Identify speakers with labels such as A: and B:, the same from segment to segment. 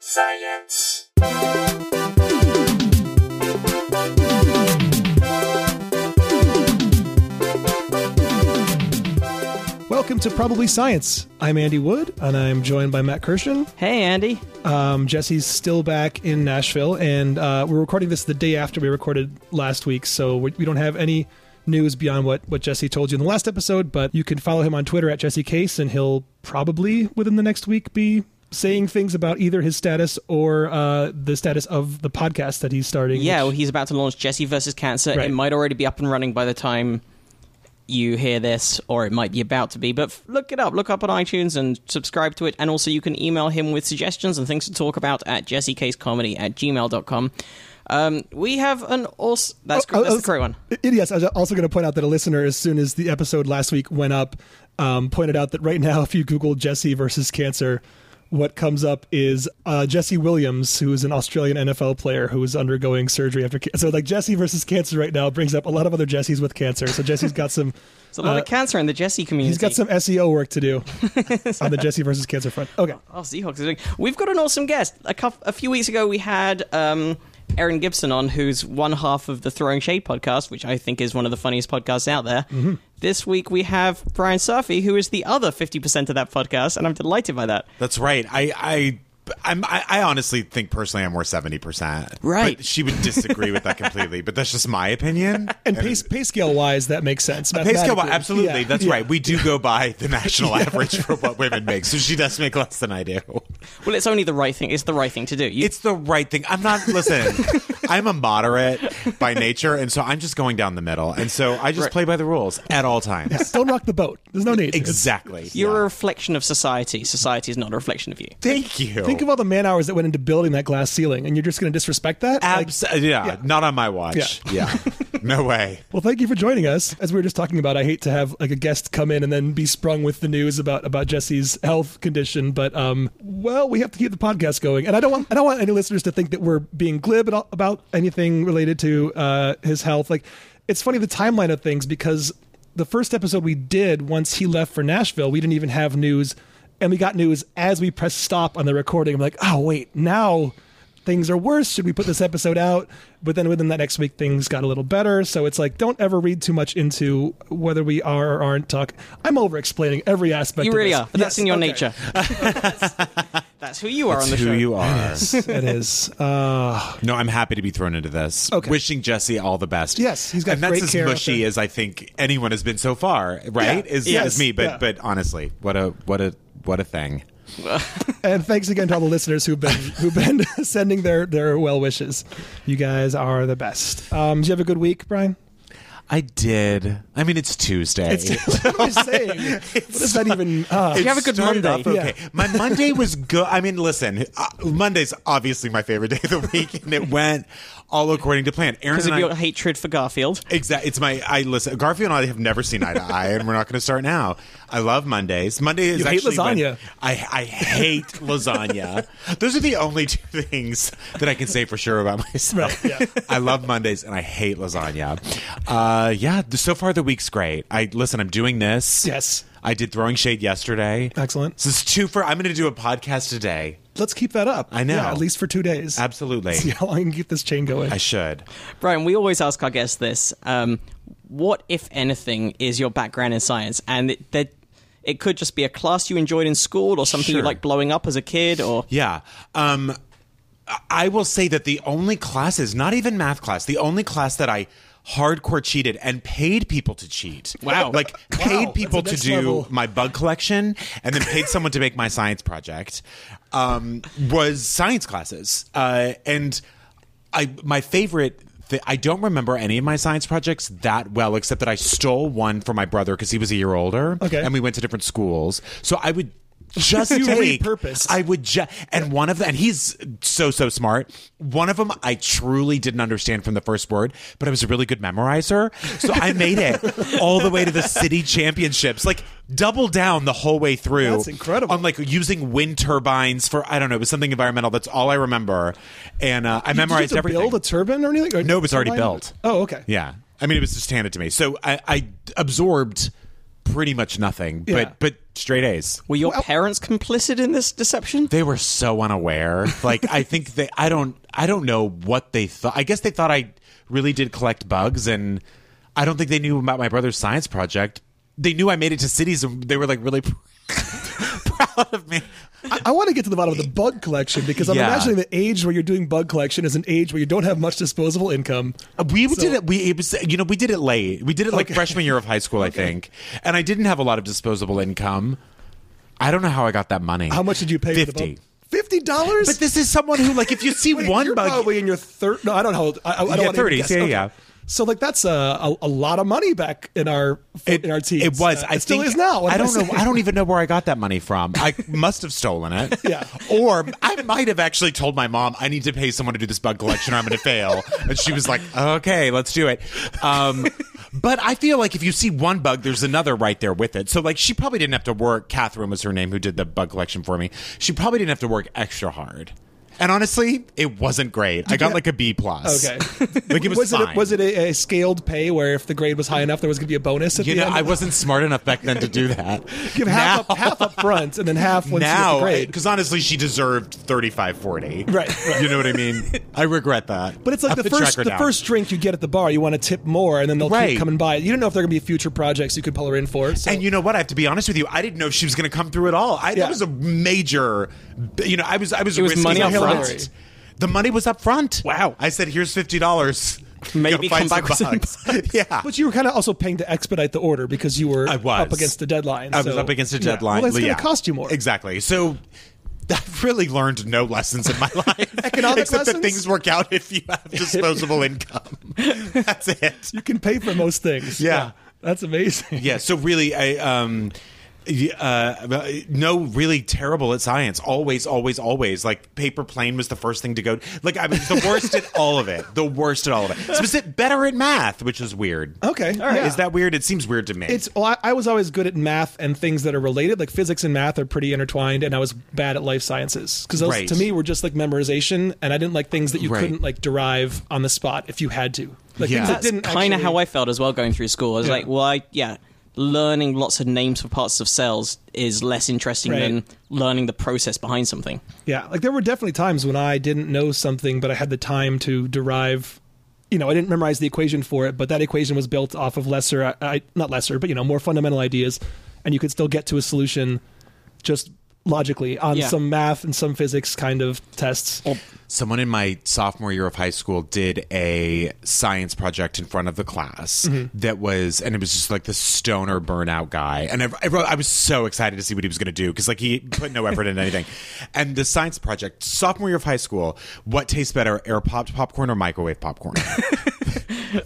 A: science.
B: Welcome to Probably Science. I'm Andy Wood, and I'm joined by Matt Kirshen.
C: Hey, Andy.
B: Um, Jesse's still back in Nashville, and uh, we're recording this the day after we recorded last week, so we, we don't have any news beyond what, what Jesse told you in the last episode, but you can follow him on Twitter at Jesse Case, and he'll probably, within the next week, be saying things about either his status or uh, the status of the podcast that he's starting.
C: Yeah, well,
B: which-
C: he's about to launch Jesse versus Cancer.
B: Right.
C: It might already be up and running by the time you hear this, or it might be about to be. But f- look it up. Look up on iTunes and subscribe to it. And also, you can email him with suggestions and things to talk about at jessecasecomedy at gmail.com. Um, we have an also. That's,
B: Oh, oh,
C: that's
B: oh,
C: the correct one.
B: I- Yes, I was also going to point out that a listener, as soon as the episode last week went up, um, pointed out that right now, if you Google Jesse versus cancer, what comes up is uh, Jesse Williams, who is an Australian NFL player who is undergoing surgery after. Ca- so, like Jesse versus cancer right now brings up a lot of other Jessies with cancer. So Jesse's got some.
C: There's a lot
B: uh,
C: of cancer in the Jesse community.
B: He's got some SEO work to do on the Jesse versus cancer front. Okay.
C: Oh, Seahawks is doing. We've got an awesome guest. A, couple, a few weeks ago, we had um, Aaron Gibson on, who's one half of the Throwing Shade podcast, which I think is one of the funniest podcasts out there.
A: Mm-hmm.
C: This week, we have Brian Surfy, who is the other 50% of that podcast, and I'm delighted by that.
A: That's right. I I I'm, I I honestly think personally I'm worth seventy percent.
C: Right.
A: But she would disagree with that completely, but that's just my opinion.
B: And pay, pay scale wise, that makes sense.
A: Pay scale,
B: mathematically.
A: absolutely.
B: Yeah.
A: That's
B: Yeah.
A: right. We do go by the national average for what women make, so she does make less than I do.
C: Well, it's only the right thing. It's the right thing to do. You,
A: It's the right thing. I'm not. Listen, I'm a moderate by nature, and so I'm just going down the middle, and so I just
C: Right.
A: play by the rules at all times.
B: Don't rock the boat. There's no need. It's-
A: Exactly.
C: you're a
A: Yeah.
C: reflection of society. Society is not a reflection of you.
A: Thank you.
B: Think of all the man hours that went into building that glass ceiling, and you're just going to disrespect that? Like,
A: Abs- yeah, not on my watch. Yeah. no way.
B: well, thank you for joining us. As we were just talking about, I hate to have like a guest come in and then be sprung with the news about about Jesse's health condition, but um, well, we have to keep the podcast going, and I don't want I don't want any listeners to think that we're being glib at all, about anything related to uh, his health. Like, it's funny the timeline of things because the first episode we did once he left for Nashville, we didn't even have news. And we got news as we pressed stop on the recording. I'm like, oh wait, now things are worse. Should we put this episode out? But then within that next week, things got a little better. So it's like, don't ever read too much into whether we are or aren't talk. I'm over explaining every aspect.
C: You
B: of
C: really
B: this.
C: are, but
B: Yes,
C: that's in your
B: okay.
C: nature. that's, that's who you are on the
A: It's who
C: show.
A: you are.
B: it is. Uh,
A: No, I'm happy to be thrown into this.
B: Okay.
A: Wishing Jesse all the best.
B: Yes, he's got
A: and that's
B: great
A: as
B: care out
A: mushy
B: there.
A: as I think anyone has been so far, right?
B: Yeah.
A: Is,
B: Yes.
A: is me, but
B: Yeah.
A: but honestly, what a what a what a thing.
B: and thanks again to all the listeners who've been who've been sending their their well wishes. You guys are the best. Um, did you have a good week, Brian?
A: I did. I mean, it's Tuesday.
B: It's what am I saying? What does that even? Uh,
A: It
C: you have a good
A: started
C: Monday?
A: off okay, my Monday was good. I mean, listen, uh, Monday's obviously my favorite day of the week, and it went all according to plan. Aaron
C: Because
A: and
C: of
A: I,
C: your hatred for Garfield.
A: Exactly. It's my. I listen. Garfield and I have never seen eye to eye, and we're not going to start now. I love Mondays. Monday is
B: You hate
A: actually when-
B: lasagna.
A: I I hate lasagna. Those are the only two things that I can say for sure about myself.
B: Right, yeah.
A: I love Mondays and I hate lasagna. Uh, yeah. th- So far the week's great. I listen. I'm doing this.
B: Yes.
A: I did throwing shade yesterday.
B: Excellent.
A: So it's two for. I'm going to do a podcast today.
B: Let's keep that up.
A: I know.
B: Yeah, at least for two days.
A: Absolutely.
B: See how long I can keep this chain going.
A: I should.
C: Brian, we always ask our guests this: um, What, if anything, is your background in science? And it, that it could just be a class you enjoyed in school, or something
A: Sure.
C: you like blowing up as a kid, or
A: Yeah. Um, I- I will say that the only classes, not even math class, the only class that I hardcore cheated and paid people to cheat.
C: Wow.
A: Like paid people to
B: that's
A: do
B: next level.
A: my bug collection and then paid someone to make my science project um, was science classes. Uh, and I my favorite. thi- I don't remember any of my science projects that well, except that I stole one from my brother because he was a year older.
B: Okay.
A: and we went to different schools. So I would just
B: You
A: take.
B: repurposed.
A: I would ju- and one of them, and he's so so smart. One of them I truly didn't understand from the first word, but I was a really good memorizer, so I made it all the way to the city championships, like double down the whole way through.
B: That's incredible.
A: On like using wind turbines for I don't know, it was something environmental. That's all I remember, and uh, I memorized
B: Did you have to
A: everything.
B: build a turbine or anything? Or
A: No, it was already
B: turbine?
A: built.
B: Oh, okay.
A: yeah, I mean it was just handed to me, so I, I absorbed pretty much nothing, but
B: Yeah.
A: but straight A's.
C: Were your parents complicit in this deception?
A: They were so unaware. Like I think they I don't I don't know what they thought. I guess they thought I really did collect bugs and I don't think they knew about my brother's science project. They knew I made it to cities and they were like really proud of me.
B: I, I want to get to the bottom of the bug collection because I'm
A: Yeah.
B: imagining the age where you're doing bug collection is an age where you don't have much disposable income.
A: We
B: So-
A: did it. We it was you know we did it late. We did it like freshman year of high school, I think. And I didn't have a lot of disposable income. I don't know how I got that money.
B: How much did you pay for the
A: Fifty.
B: bug? Fifty dollars.
A: But this is someone who like if you see
B: Wait,
A: one
B: you're
A: bug,
B: probably in your third. No, I don't know. how old- I, I I don't
A: Yeah,
B: want to
A: 30s,
B: guess.
A: yeah, yeah.
B: So like that's a, a a lot of money back in our in our teens.
A: It was.
B: Uh,
A: I
B: it still
A: think-
B: is now. What
A: I
B: am
A: don't know.
B: saying?
A: I don't even know where I got that money from. I must have stolen it.
B: Yeah.
A: Or I might have actually told my mom I need to pay someone to do this bug collection or I'm going to fail, and she was like, "Okay, let's do it." Um, but I feel like if you see one bug, there's another right there with it. So like she probably didn't have to work. Catherine was her name who did the bug collection for me. She probably didn't have to work extra hard. And honestly, it wasn't great. I got like a B plus.
B: Okay.
A: like it was,
B: was
A: fine.
B: it was it a, a scaled pay where if the grade was high enough there was going to be a bonus? At
A: You
B: the
A: know,
B: end?
A: I wasn't smart enough back then to do that.
B: give half up, half up front and then half once you
A: now,
B: get the grade.
A: because honestly, she deserved 35 40.
B: Right,
A: You know what I mean? I regret that.
B: But it's like
A: I'll
B: the
A: have to track
B: first
A: her
B: the
A: down.
B: first drink you get at the bar, you want to tip more, and then they'll
A: Right.
B: keep coming by. You don't know if they're going to be future projects you could pull her in for. So.
A: And you know what? I have to be honest with you. I didn't know she was going to come through at all. I,
B: Yeah.
A: That was a major. You know, I was I was. It
C: was money up
B: front?
A: The money was up front.
C: Wow.
A: I said, "Here's fifty dollars.
C: Maybe come back with some
A: yeah.
B: but you were kind of also paying to expedite the order because you were
A: I was.
B: up against the deadline.
A: I was
B: so-
A: up against a
B: Yeah.
A: deadline.
B: Well, it's going
A: yeah.
B: to cost you more.
A: Exactly. So I've really learned no lessons in my life.
B: Economic
A: Except that
B: lessons?
A: things work out if you have disposable income. That's it.
B: You can pay for most things.
A: Yeah.
B: That's amazing.
A: Yeah. So really, I um, y- uh, no, really terrible at science. Always, always, always. Like paper plane was the first thing to go. Like I was the worst at all of it. The worst at all of it. Specific, better at math, which is weird.
B: Okay. All
A: Is that weird? It seems weird to me.
B: It's well, I, I was always good at math and things that are related, like physics and math are pretty intertwined, and I was bad at life sciences because those
A: Right.
B: to me were just like memorization, and I didn't like things that you
A: Right.
B: couldn't like derive on the spot if you had to. Like
A: Yeah.
B: things that
A: That's
B: didn't
C: Kind of
B: actually-
C: how I felt as well going through school. I was
B: Yeah.
C: like, well, I, yeah, learning lots of names for parts of cells is less interesting
B: Right.
C: than learning the process behind something.
B: Yeah, like there were definitely times when I didn't know something, but I had the time to derive. You know, I didn't memorize the equation for it, but that equation was built off of lesser, I, I, not lesser, but you know, more fundamental ideas, and you could still get to a solution just logically on
C: Yeah.
B: some math and some physics kind of tests.
A: someone in my sophomore year of high school did a science project in front of the class that was and it was just like the stoner burnout guy and I, I, wrote- I was so excited to see what he was going to do because like he put no effort into anything and the science project sophomore year of high school what tastes better air popped popcorn or microwave popcorn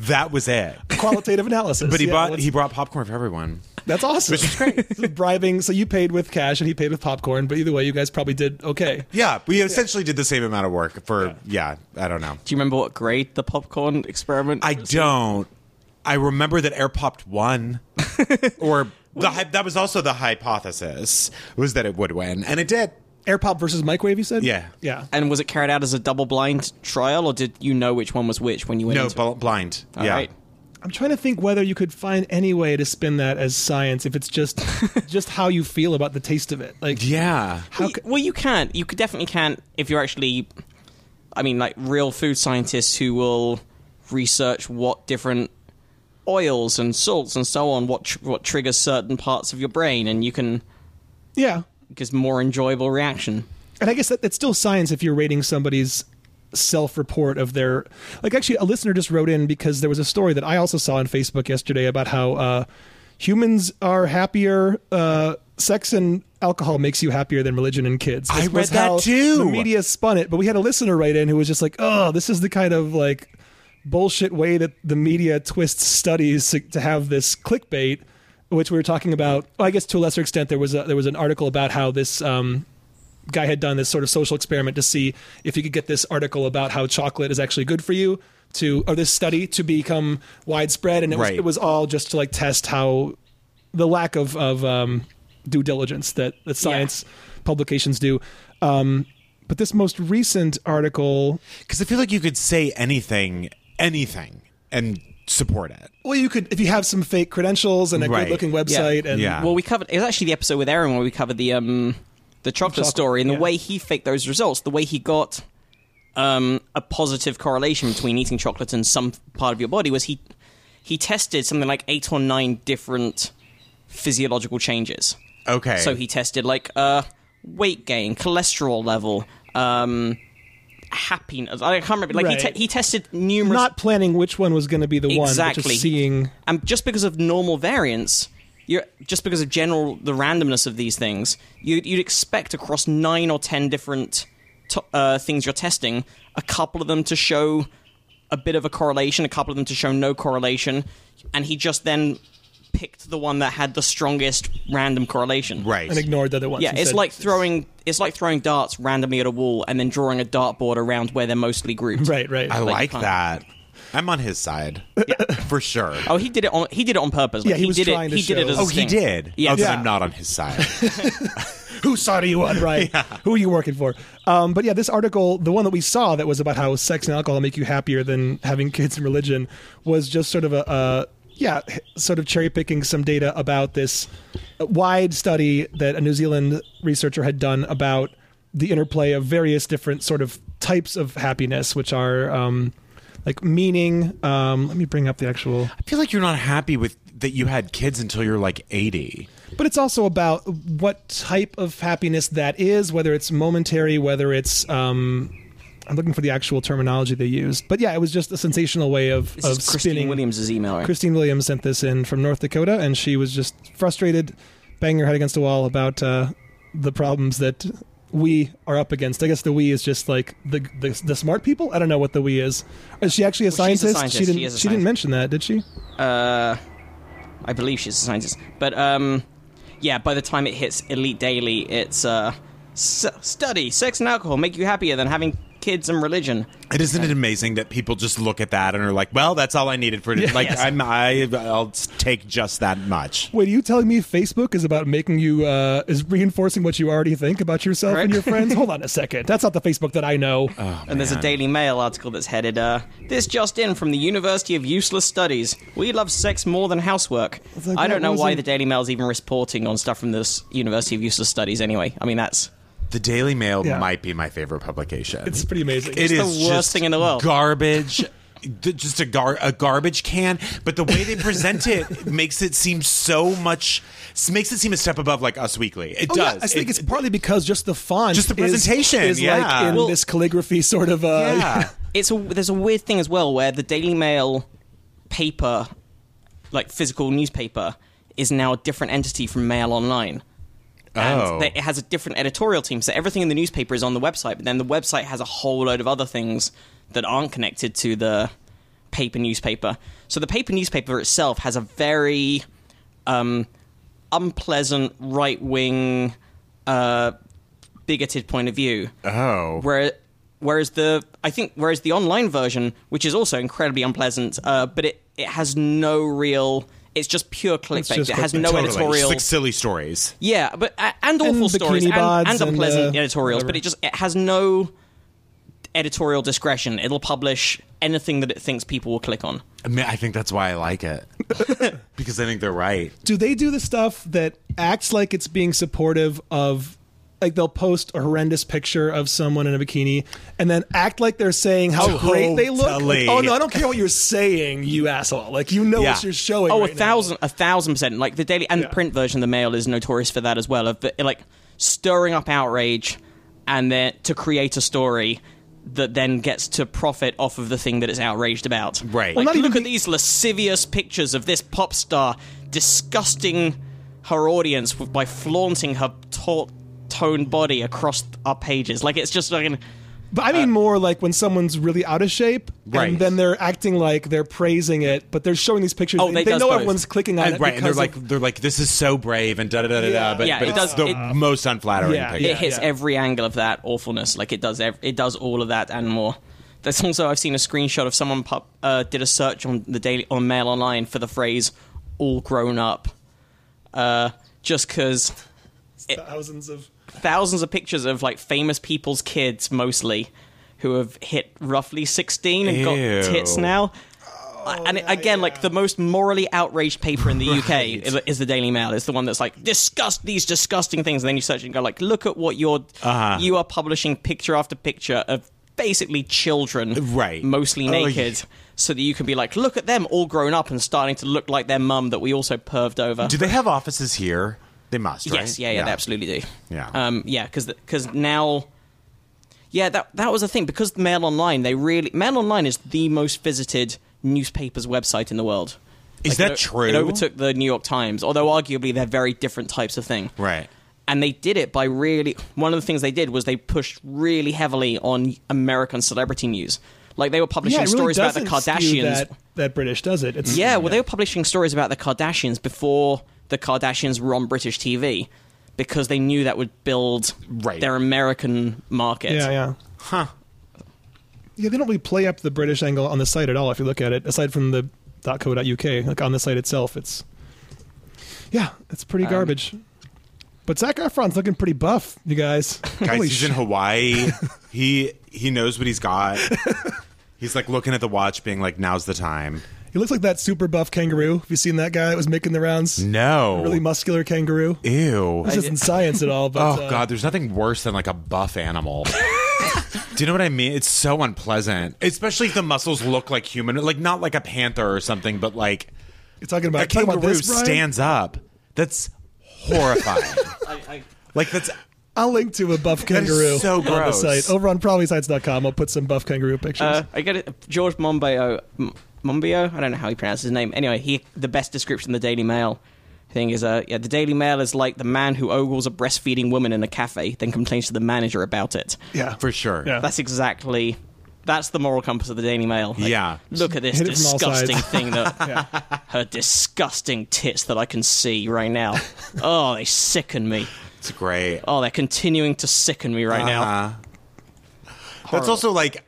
A: that was it
B: Qualitative analysis,
A: but he
B: Yeah,
A: bought
B: let's-
A: he brought popcorn for everyone
B: that's awesome. Which is great. Bribing, so you paid with cash and he paid with popcorn, but either way, you guys probably did okay.
A: yeah we essentially did the same amount of work for yeah i don't know
C: Do you remember what grade the popcorn experiment?
A: I don't. I remember that Air Popped won, or the, hy- that was also the hypothesis was that it would win, and it did.
B: Air pop versus microwave, you said?
A: Yeah.
B: yeah.
C: and was it carried out as a double blind trial, or did you know which one was which when you went
A: No,
C: into it?
A: bl- blind.
C: All
A: yeah,
C: right.
B: I'm trying to think whether you could find any way to spin that as science if it's just just how you feel about the taste of it. Like
A: yeah.
B: how
C: Y- well, you can. You could definitely can if you're actually, I mean, like real food scientists who will research what different oils and salts and so on what tr- what triggers certain parts of your brain, and you can
B: yeah.
C: gives more enjoyable reaction.
B: And I guess that, that's still science if you're rating somebody's self-report of their like actually a listener just wrote in because there was a story that I also saw on Facebook yesterday about how uh humans are happier uh sex and alcohol makes you happier than religion and kids. This
A: I
B: was
A: read that
B: how
A: too.
B: The media spun it, but we had a listener write in who was just like, "Oh, this is the kind of like bullshit way that the media twists studies to, to have this clickbait." Which we were talking about. Well, I guess to a lesser extent, there was a, there was an article about how this um, guy had done this sort of social experiment to see if he could get this article about how chocolate is actually good for you to or this study to become widespread and it,
A: Right.
B: was, it was all just to like test how the lack of of um, due diligence that that science publications do um, but this most recent article
A: Because I feel like you could say anything, anything, and support it.
B: Well, you could if you have some fake credentials and a
A: Right.
B: good looking website and
A: Yeah.
C: Well, we covered. It was actually the episode with Aaron where we covered the um the chocolate,
B: Chocolate,
C: story and the
B: yeah.
C: way he faked those results, the way he got um a positive correlation between eating chocolate and some part of your body was he he tested something like eight or nine different physiological changes.
A: Okay.
C: So he tested like uh weight gain, cholesterol level, um happiness. I can't remember. Like he
B: Right.
C: te- he tested numerous
B: not planning which one was going to be the one, but
C: Exactly.
B: just seeing
C: and just because of normal variance, you're just because of general the randomness of these things, you, you'd expect across nine or ten different to, uh, things you're testing, a couple of them to show a bit of a correlation, a couple of them to show no correlation, and he just then picked the one that had the strongest random correlation.
A: right.
B: and ignored the other ones.
C: Yeah,
B: and
C: it's
B: said,
C: like throwing it's like throwing darts randomly at a wall and then drawing a dartboard around where they're mostly grouped.
B: Right, right.
A: I
C: you
A: like
C: can't-
A: that. I'm on his side for sure.
C: Oh, he did it on he did it on purpose. Like,
B: Yeah, he was
C: did it.
B: trying to
C: he did it
B: show-
C: as a
A: Oh, he
C: thing.
A: did.
C: Yeah.
A: Oh, then
B: Yeah.
A: I'm not on his side.
B: Whose side are you on? Right. Who are you working for? Um, but yeah, this article, the one that we saw that was about how sex and alcohol make you happier than having kids and religion, was just sort of a, uh, yeah, h- sort of cherry picking some data about this wide study that a New Zealand researcher had done about the interplay of various different sort of types of happiness, which are um, like meaning. Um, let me bring up the actual.
A: I feel like you're not happy with that you had kids until you're like 80.
B: But it's also about what type of happiness that is, whether it's momentary, whether it's. Um, I'm looking for the actual terminology they used. But yeah, it was just a sensational way of,
C: This
B: of
C: is Christine
B: spinning.
C: Williams' email. right?
B: Christine Williams sent this in from North Dakota, and she was just frustrated, banging her head against a wall about uh, the problems that we are up against. I guess the we is just like the the, the smart people. I don't know what the we is. Is she actually a,
C: Well, she's
B: scientist?
C: a
B: She
C: scientist.
B: didn't.
C: She is a
B: didn't
C: scientist.
B: mention that, did she?
C: uh, I believe she's a scientist. But um, yeah, by the time it hits Elite Daily, it's uh, s- study sex and alcohol make you happier than having kids and religion.
A: And isn't it amazing that people just look at that and are like, "Well, that's all I needed for like
C: Yes.
A: I'm I I'll take just that much."
B: Wait, are you telling me Facebook is about making you uh, is reinforcing what you already think about yourself and
C: Right.
B: your friends? Hold on a second, that's not the Facebook that I know.
A: Oh,
C: and there's a
A: man.
C: Daily Mail article that's headed uh, "This just in from the University of Useless Studies: We love sex more than housework."
B: like,
C: I
B: that
C: don't know why
B: wasn't-
C: the Daily Mail's even reporting on stuff from this University of Useless Studies. Anyway, I mean that's
A: The Daily Mail
B: Yeah.
A: might be my favorite publication.
B: it's pretty amazing.
A: It
C: the
A: is
C: worst
A: just
C: thing in the world.
A: Garbage. th- Just a gar a garbage can, but the way they present it makes it seem so much makes it seem a step above like Us Weekly. It
B: Oh, yeah,
A: does.
B: I think
A: It-
B: it's partly because just the font,
A: Just the
B: is-
A: presentation,
B: is,
A: yeah.
B: like in
A: Well-
B: this calligraphy sort of. Uh,
A: yeah.
C: it's a, there's a weird thing as well where the Daily Mail paper, like physical newspaper, is now a different entity from Mail Online. And
A: Oh.
C: they, it has a different editorial team, so everything in the newspaper is on the website, but then the website has a whole load of other things that aren't connected to the paper newspaper. So the paper newspaper itself has a very um, unpleasant right wing, uh, bigoted point of view.
A: Oh.
C: Where, whereas the I think whereas the online version, which is also incredibly unpleasant, uh, but it it has no real. It's just pure clickbait.
B: just
C: it has
B: clickbait.
C: no
A: Totally.
C: editorial.
A: Just like silly stories.
C: yeah, but a- and awful
B: bikini
C: stories and,
B: bods
C: and
B: and,
C: unpleasant
B: uh,
C: editorials. But
B: whatever.
C: it just it has no editorial discretion. It'll publish anything that it thinks people will click on.
A: I, mean, I think that's why I like it because I think they're right.
B: do they do the stuff that acts like it's being supportive of like they'll post a horrendous picture of someone in a bikini and then act like they're saying how great they look
A: Totally.
B: Like, oh no i don't care what you're saying you asshole like you know
A: Yeah.
B: what you're showing
C: Oh,
B: right
C: a
B: now.
C: thousand, a thousand percent. Like the daily and the
B: Yeah.
C: print version of the Mail is notorious for that as well. Of the, like stirring up outrage, and then to create a story that then gets to profit off of the thing that it's outraged about.
A: Right.
C: Like,
A: Well,
B: not
C: look
B: even
C: at
B: the-
C: these lascivious pictures of this pop star disgusting her audience with, by flaunting her taut, toned body across our pages. Like it's just like an.
B: But
C: Uh,
B: I mean more like when someone's really out of shape,
A: Right.
B: and then they're acting like they're praising it, but they're showing these pictures.
C: Oh,
B: and
C: they
B: they
C: does Uh,
B: know
C: both.
B: everyone's clicking on
A: And,
B: it
A: right, and they're
B: because
A: like
B: of-
A: they're like this is so brave and da da da da da.
B: Yeah.
A: But,
C: Yeah,
A: but
C: it
A: it's
C: does-
A: the
C: it-
A: most unflattering
B: Yeah,
A: picture.
C: it hits
B: yeah.
C: every angle of that awfulness. Like it does, ev- it does all of that and more. There's also I've seen a screenshot of someone pub, uh, did a search on the daily on Mail Online for the phrase "all grown up," uh, just because "Eh."
B: thousands of.
C: thousands of pictures of like famous people's kids mostly who have hit roughly 16 and
A: Ew. Oh,
C: got tits now. and it- again, like the most morally outraged paper in the UK is, is the Daily Mail. It's the one that's like disgust these disgusting things, and then you search and go like, look at what you're
A: Uh-huh.
C: you are publishing picture after picture of basically children,
A: Right.
C: mostly
A: Oh, yeah.
C: naked, so that you can be like, look at them all grown up and starting to look like their mum that we also perved over.
A: Do they have offices here? They must, right?
C: Yes, yeah, yeah, they absolutely do.
A: Yeah.
C: um, yeah, because because now, yeah, that that was the thing because Mail Online, they really Mail Online is the most visited newspapers website in the world.
A: Is
C: it
A: that
C: o-
A: true?
C: It overtook the New York Times, although arguably they're very different types of thing.
A: Right.
C: And they did it by really. One of the things they did was they pushed really heavily on American celebrity news. Like they were publishing
B: yeah, it really
C: stories about the
B: doesn't skew
C: Kardashians.
B: That, that British does it. It's
C: Yeah, well, they were publishing stories about the Kardashians before the Kardashians were on British TV because they knew that would build
A: Right.
C: their American market.
B: yeah, yeah.
A: Huh.
B: Yeah, they don't really play up the British angle on the site at all. If you look at it, aside from the .co.uk, like on the site itself, it's yeah, it's pretty
C: Um,
B: garbage. But Zach Efron's looking pretty buff, you guys.
A: Guys,
B: Holy
A: he's
B: shit.
A: in Hawaii. he he knows what he's got. he's like looking at the watch, being like, "Now's the time."
B: He looks like that super buff kangaroo. Have you seen that guy that was making the rounds?
A: No.
B: Really muscular kangaroo.
A: Ew.
B: This isn't science at all. But,
A: Oh
B: uh,
A: god, there's nothing worse than like a buff animal. Do you know what I mean? It's so unpleasant, especially if the muscles look like human, like not like a panther or something, but like
B: you're talking about
A: a kangaroo
B: talking about this, Brian?
A: stands up. That's horrifying. like that's
B: I'll link to a buff
A: is
B: kangaroo
A: so
B: on the
A: gross.
B: site over on probablysites.com. I'll put some buff kangaroo pictures.
C: Uh, I get it. George Monbiot, M- Monbiot. I don't know how he pronounced his name. Anyway, he the best description of the Daily Mail thing is uh, yeah, the Daily Mail is like the man who ogles a breastfeeding woman in a cafe, then complains to the manager about it.
B: yeah,
A: for sure.
B: Yeah.
C: That's exactly. That's the moral compass of the Daily Mail. Like,
A: Yeah.
C: Look at this
B: Hit it from all
C: disgusting
B: sides.
C: thing that her disgusting tits that I can see right now. Oh, they sicken me.
A: It's great.
C: Oh, they're continuing to sicken me right
B: Ah.
C: now.
A: Uh-huh. That's also like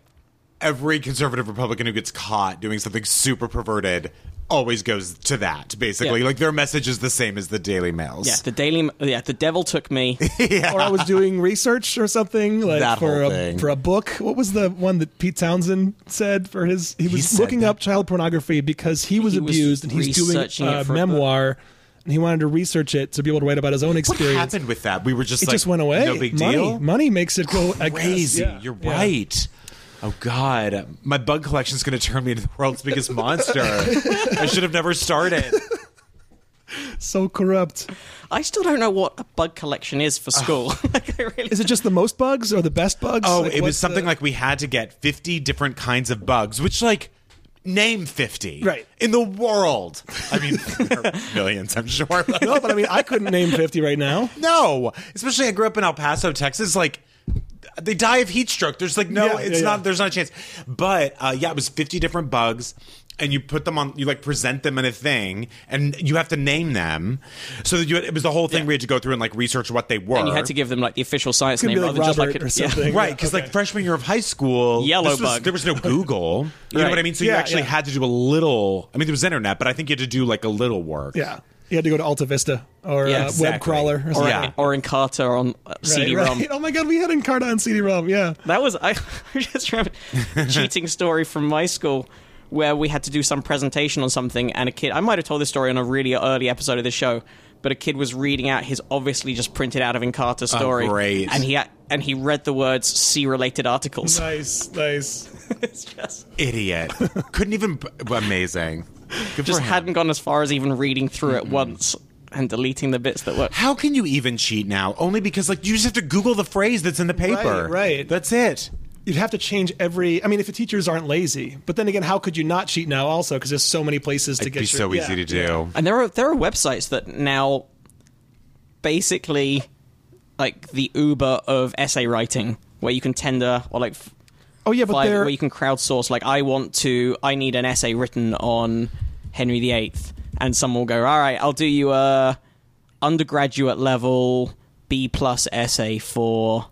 A: every conservative Republican who gets caught doing something super perverted always goes to that, basically.
C: Yeah.
A: Like their message is the same as the Daily Mail's.
C: Yeah, the Daily. Yeah, the devil took me.
B: or I was doing research or something like
A: That
B: for
A: whole
B: a
A: thing.
B: for a book. What was the one that Pete Townsend said for his? He was
A: said
B: looking
A: that.
B: up child pornography because he was
C: He was
B: abused and he's doing
C: researching it
B: a
C: for a
B: memoir, and he wanted to research it to be able to write about his own
A: What
B: experience.
A: happened with that? We were just
B: It
A: like
B: just went away.
A: No big
B: money,
A: deal.
B: Money makes it go I guess.
A: Crazy.
B: Yeah.
A: You're
B: Yeah.
A: right. Oh God, my bug collection's going to turn me into the world's biggest monster. I should have never started.
B: So corrupt.
C: I still don't know what a bug collection is for school. like, I really,
B: Ah. Is it just the most bugs or the best bugs?
A: Oh,
B: Like,
A: it was
B: what's
A: something
B: the-
A: like we had to get 50 different kinds of bugs, which like name 50
B: Right.
A: in the world. I mean, there are millions, I'm sure. but-
B: No, Oh, but I mean, I couldn't name fifty right now.
A: no, especially I grew up in El Paso, Texas. Like they die of heat stroke. There's like no,
B: Yeah,
A: it's
B: yeah,
A: not.
B: yeah.
A: There's not a chance. But uh, yeah, it was 50 different bugs, and you put them on. You like present them in a thing, and you have to name them. So that you, it was the whole thing.
C: Yeah.
A: We had to go through and like research what they were.
C: and you had to give them like the official science
B: Could
C: name
B: be like
C: rather than just like
B: Robert
C: a-
B: or
C: yeah.
B: something.
A: Right, because like freshman year of high school,
C: Yellow
A: this was-
C: bug.
A: there was no Google. You know
C: Right.
A: what I mean? So you
B: Yeah,
A: actually
B: yeah.
A: had to do a little. I mean, there was internet, but I think you had to do like a little work.
B: Yeah, you had to go to Alta Vista or uh,
C: Yeah,
A: exactly.
B: Web Crawler or something.
C: Or,
A: Yeah.
C: or Encarta or on uh,
B: Right,
C: CD-ROM.
B: right. Oh my god, we had Encarta on CD-ROM. Yeah,
C: That was I I just remember a cheating story from my school where we had to do some presentation on something and a kid I might have told this story on a really early episode of the show, but a kid was reading out his obviously just printed out of Encarta story.
A: great.
C: And he had, and he read the words C related articles.
B: nice, nice.
C: it's just
A: Idiot. Couldn't even. Amazing. Good
C: just
A: for him.
C: hadn't gone as far as even reading through it once and deleting the bits that were
A: How can you even cheat now? Only because like you just have to Google the phrase that's in the paper.
B: Right, right.
A: That's it.
B: You'd have to change every. I mean, if the teachers aren't lazy, but then again, how could you not cheat now? Also, because there's so many places to
A: It'd
B: get.
A: be
B: your-
A: so easy
B: yeah.
A: to do.
C: And there are there are websites that now basically like the Uber of essay writing where you can tender or like f-
B: Oh yeah, but
C: find-
B: there.
C: where you can crowdsource like I want to I need an essay written on Henry VIII and someone will go all right I'll do you a undergraduate level B plus essay for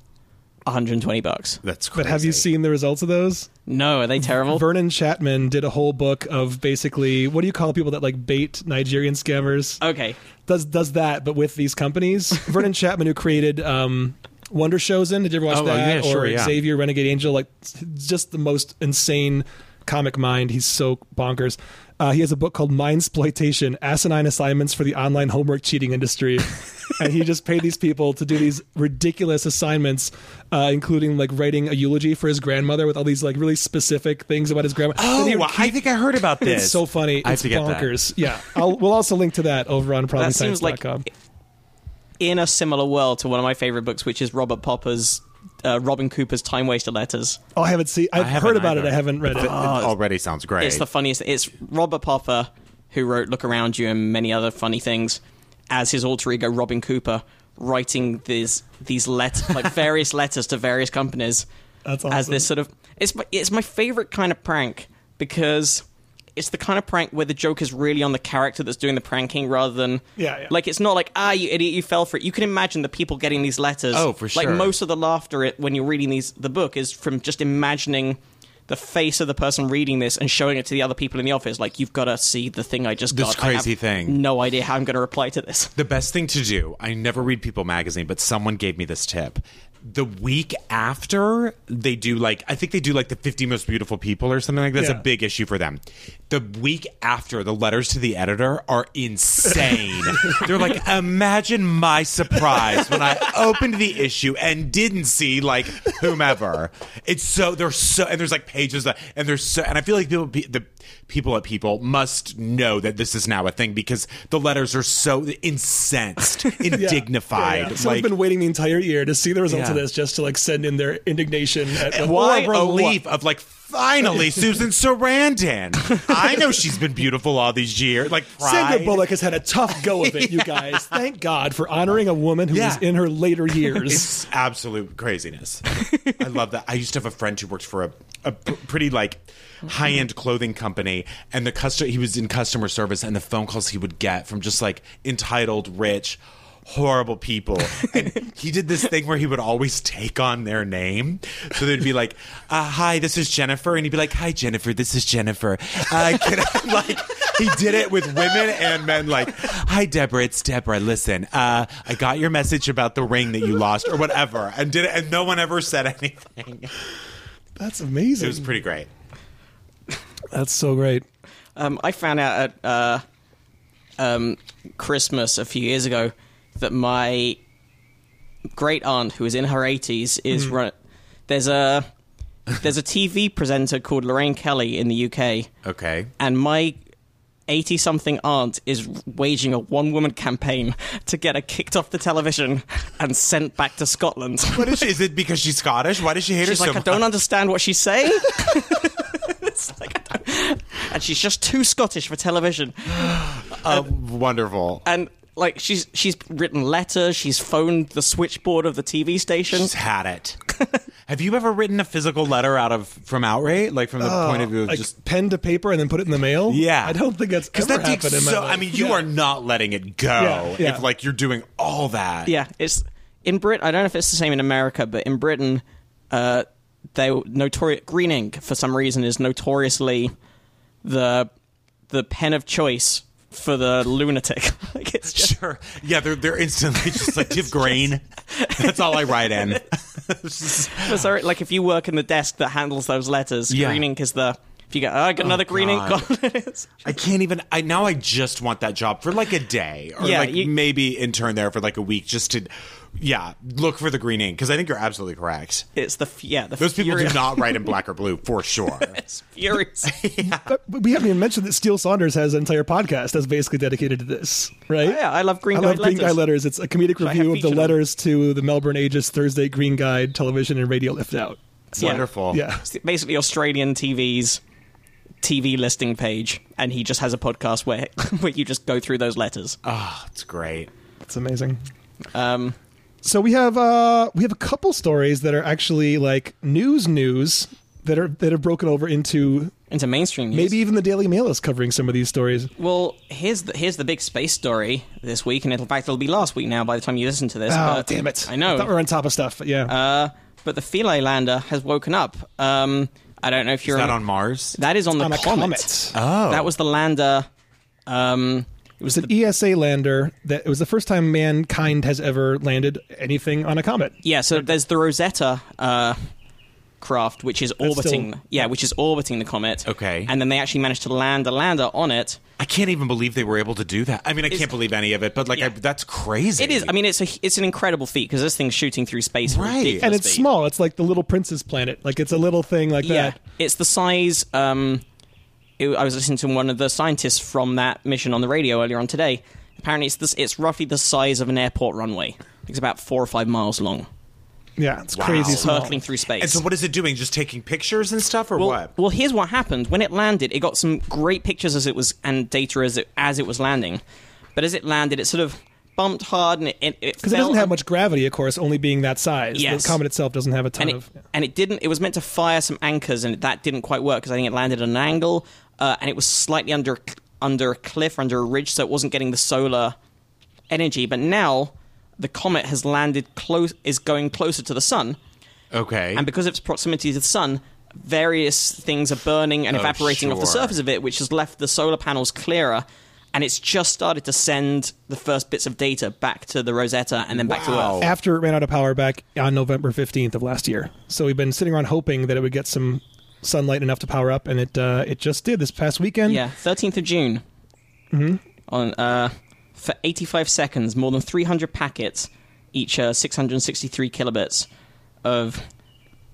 C: 120 bucks.
A: That's crazy.
B: But have you seen the results of those?
C: No, are they terrible?
B: Vernon Chapman did a whole book of basically what do you call people that like bait Nigerian scammers?
C: okay.
B: does does that, but with these companies. Vernon Chapman, who created um, Wonder Chosen, did you ever watch
A: Oh, oh,
B: that?
A: yeah, sure,
B: or
A: yeah.
B: Xavier Renegade Angel, like just the most insane comic mind. He's so bonkers. Uh, he has a book called Mindsploitation: Asinine Assignments for the Online Homework Cheating Industry, and he just paid these people to do these ridiculous assignments, uh, including like writing a eulogy for his grandmother with all these like really specific things about his grandma. And he
A: Oh,
B: would
A: I
B: keep-
A: think I heard about this.
B: it's so funny.
A: I have
B: it's
A: to get that.
B: bonkers. Yeah, I'll, we'll also link to that over on
C: That seems like
B: probandscience.com.
C: in a similar world to one of my favorite books, which is Robert Popper's uh, Robin Cooper's Time Waster Letters.
B: Oh, I haven't seen. I've
A: haven't
B: heard about
A: either.
B: it. I haven't read it.
A: It already sounds great.
C: It's the funniest. It's Robert Popper who wrote Look Around You and many other funny things as his alter ego Robin Cooper writing these these let like various letters to various companies
B: That's
C: as
B: awesome.
C: this sort of it's my, it's my favorite kind of prank because it's the kind of prank where the joke is really on the character that's doing the pranking rather than
B: Yeah, yeah.
C: like it's not like ah you idiot you fell for it you can imagine the people getting these letters
A: Oh, for
C: like
A: sure.
C: most most of the laughter it, when you're reading these the book is from just imagining the face of the person reading this and showing it to the other people in the office like you've got to see the thing i just
A: This
C: got. I have
A: crazy thing.
C: no idea how i'm going to reply to this
A: The best thing to do, I never read People magazine, but someone gave me this tip. The week after they do like I think they do like the 50 most beautiful people or something like that. It's
B: Yeah.
A: a big issue for them. The week after the letters to the editor are insane. They're like imagine my surprise when I opened the issue and didn't see like whomever. It's so they're so and there's like pages that, and there's so and I feel like people pe- the people at people must know that this is now a thing because the letters are so incensed, indignified.
B: Yeah, yeah. Someone's
A: Like
B: been waiting the entire year to see the results of
A: Yeah.
B: this, just to like send in their indignation. At,
A: why
B: Or- or what-
A: relief of like finally Susan Sarandon. I know she's been beautiful all these years. Like pride.
B: Sandra Bullock has had a tough go of it, you guys. Thank God for honoring a woman who
A: Yeah.
B: was in her later years.
A: It's absolute craziness. I love that. I used to have a friend who worked for a, a pr- pretty like high end clothing company, and the custom he was in customer service, and the phone calls he would get from just like entitled, rich, horrible people. And he did this thing where he would always take on their name, so they'd be like, uh, "Hi, this is Jennifer," and he'd be like, "Hi, Jennifer, this is Jennifer." Uh, can I, like he did it with women and men like hi deborah it's deborah listen uh, i got your message about the ring that you lost or whatever and did it and no one ever said anything
B: That's
A: it
B: amazing.
A: was pretty great
B: That's so great.
C: um, i found out at uh, um, christmas a few years ago that my great aunt who is in her 80s is
A: Hmm.
C: run- there's a there's a tv presenter called lorraine kelly in the uk
A: okay
C: and my 80 something aunt is waging a one woman campaign to get her kicked off the television and sent back to Scotland.
A: what is, she, is it because she's scottish why does she hate
C: She's
A: her
C: like,
A: so
C: I don't
A: much
C: understand what she's saying. It's like, I don't- and she's just too Scottish for television.
A: Uh, wonderful
C: And like she's she's written letters, she's phoned the switchboard of the TV station.
A: she's had it have you ever written a physical letter out of from outrage like from the point of view of
B: Like
A: just
B: pen to paper and then put it in the mail.
A: Yeah.
B: I don't think that's
A: because
B: ever
A: that takes
B: happened in my
A: so
B: life.
A: i mean you
B: Yeah.
A: are not letting it go
B: Yeah, yeah.
A: if like you're doing all that
C: Yeah, it's in Britain. I don't know if it's the same in America, but in Britain, uh, they notorious green ink for some reason is notoriously the the pen of choice for the lunatic. like it's just
A: Sure. Yeah, they're they're instantly just like give grain. That's all I write in.
C: sorry, like if you work in the desk that handles those letters,
A: Yeah.
C: green ink is the. If you go, oh, I got another green
A: God.
C: ink. on it."
A: I can't even. I now I just want that job for like a day or
C: Yeah,
A: like
C: you-
A: maybe intern there for like a week just to, yeah, look for the green ink because I think you're absolutely correct.
C: it's the f- yeah. The
A: Those people
C: furious,
A: do not write in black or blue for sure.
C: It's furious.
B: But but we haven't even mentioned that Steele Saunders has an entire podcast that's basically dedicated to this, right?
C: Oh, yeah, I love Green
B: I
C: Guide
B: love Green Guide
C: letters.
B: letters. It's a comedic
C: I have
B: review of the
C: featured on-
B: letters to the Melbourne Aegis Thursday Green Guide television and radio lift out.
A: It's
C: Yeah.
A: Wonderful.
B: Yeah.
C: It's basically Australian TV's TV listing page, and he just has a podcast where where you just go through those letters.
A: Oh, it's great.
B: It's amazing.
C: Um,
B: So we have uh we have a couple stories that are actually like news news that are that have broken over into
C: into mainstream news.
B: maybe even the Daily Mail is covering some of these stories.
C: Well, here's the here's the big space story this week, and in fact, it'll be last week now by the time you listen to this.
B: Oh
C: but-
B: damn it.
C: Uh, I
B: thought we were
C: know.
B: on top of stuff, but yeah.
C: uh, but the Philae lander has woken up. Um, I don't know if you're
A: Is that on Mars?
C: That is on the
B: on a
C: comet.
B: comet.
A: Oh,
C: That was the lander. Um, it was
B: It's an ESA lander that it was the first time mankind has ever landed anything on a comet.
C: Yeah, so there's the Rosetta uh, craft which is orbiting.
B: still-
C: Yeah, which is orbiting the comet.
A: Okay.
C: and then they actually managed to land a lander on it.
A: I can't even believe they were able to do that. I mean, I can't believe any of it, but like,
C: Yeah.
A: I, that's crazy.
C: It is. I mean, it's a it's an incredible feat because this thing's shooting through space. at
A: Right.
C: ridiculous
B: and it's
C: speed.
B: small. It's like the little princess planet. Like it's a little thing like
C: Yeah,
B: that.
C: it's the size. Um, it- I was listening to one of the scientists from that mission on the radio earlier on today. Apparently, it's this. It's roughly the size of an airport runway. It's about four or five miles long,
B: Yeah, it's
A: Wow.
B: crazy small.
C: circling through space.
A: And so, what is it doing? Just taking pictures and stuff, or
C: well,
A: what?
C: well, here's what happened. When it landed, it got some great pictures as it was and data as it as it was landing. But as it landed, it sort of bumped hard and it it, it
B: Because it
C: fell
B: doesn't have
C: un-
B: much gravity, of course, only being that size.
C: Yes.
B: The comet itself doesn't have a ton
C: and it,
B: of.
C: and it didn't. It was meant to fire some anchors, and that didn't quite work because I think it landed at an angle, uh, and it was slightly under under a cliff, under a ridge, so it wasn't getting the solar energy. But now the comet has landed close, is going closer to the sun,
A: Okay.
C: and because of its proximity to the sun, various things are burning and evaporating off the
A: Oh, sure.
C: surface of it, which has left the solar panels clearer. And it's just started to send the first bits of data back to the Rosetta and then back
A: Wow.
C: to Earth.
B: After it ran out of power back on November 15th of last year. So we've been sitting around hoping that it would get some sunlight enough to power up, and it uh, it just did this past weekend.
C: Yeah, 13th of June. On uh, for 85 seconds, more than 300 packets, each uh, 663 kilobits of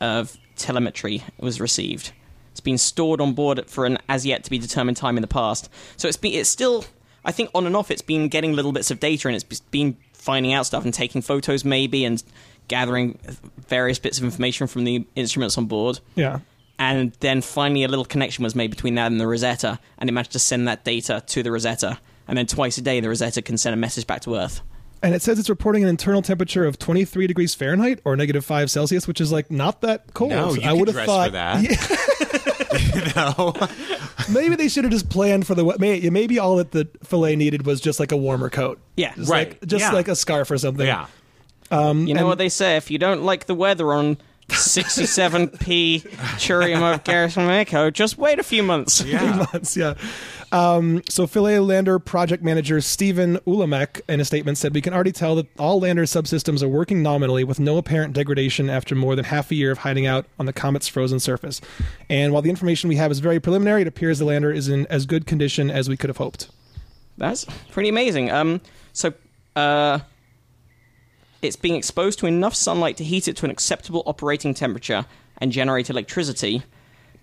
C: of telemetry was received. It's been stored on board for an as yet to be determined time in the past. So it's been it's still I think on and off it's been getting little bits of data and it's been finding out stuff and taking photos maybe and gathering uh, various bits of information from the instruments on board
B: Yeah.
C: and then finally a little connection was made between that and the Rosetta, and it managed to send that data to the Rosetta, and then twice a day the Rosetta can send a message back to Earth.
B: And it says it's reporting an internal temperature of 23 degrees Fahrenheit or negative 5 Celsius, which is like not that cold.
A: no, you
B: I
A: could
B: would have
A: dress
B: thought
A: for that. no.
B: maybe they should have just planned for the we- may maybe all that the fillet needed was just like a warmer coat.
C: Yeah.
B: Just
A: Right.
B: like- just
A: Yeah.
B: like a scarf or something.
A: Yeah.
C: You know what they say: if you don't like the weather on 67p Churyumov Gerasimenko, just wait a few months.
A: Yeah.
B: months. Yeah. Um, so Philae Lander project manager Stephen Ulamek in a statement said, "We can already tell that all lander subsystems are working nominally with no apparent degradation after more than half a year of hiding out on the comet's frozen surface. And while the information we have is very preliminary, it appears the lander is in as good condition as we could have hoped."
C: That's pretty amazing. Um, so, uh, it's being exposed to enough sunlight to heat it to an acceptable operating temperature and generate electricity.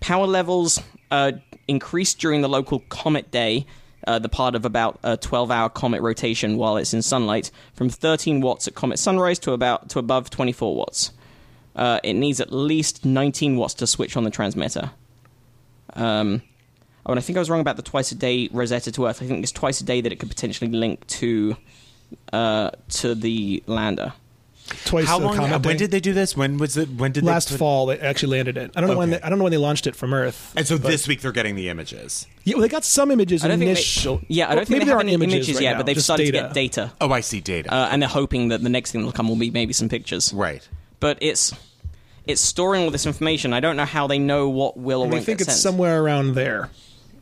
C: Power levels uh, increased during the local comet day, uh, the part of about a 12-hour comet rotation while it's in sunlight, from 13 watts at comet sunrise to about to above 24 watts. Uh, it needs at least 19 watts to switch on the transmitter. Um, oh, and I think I was wrong about the twice a day Rosetta to Earth. I think it's twice a day that it could potentially link to uh, to the lander.
B: Twice
A: How
B: the
A: long?
B: comet
A: When
B: day.
A: did they do this? When was it? When did
B: last
A: they put-
B: fall they actually landed it? I don't know when
A: Okay.
B: they, I don't know when they launched it from Earth.
A: And so this week they're getting the images.
B: Yeah, well, they got some images
C: I don't think
B: initial.
C: they, yeah, I don't
B: Well,
C: think
B: maybe
C: they
B: there
C: have
B: aren't
C: any images,
B: right
C: yet,
B: now,
C: but they've
B: just
C: started
B: data.
C: to get data,
A: Oh, I see data.
C: uh, and they're hoping that the next thing that'll come will be maybe some pictures.
A: right.
C: But it's it's storing all this information. I don't know how they know what will or
B: I
C: won't
B: think
C: get
B: it's
C: sent.
B: somewhere around there.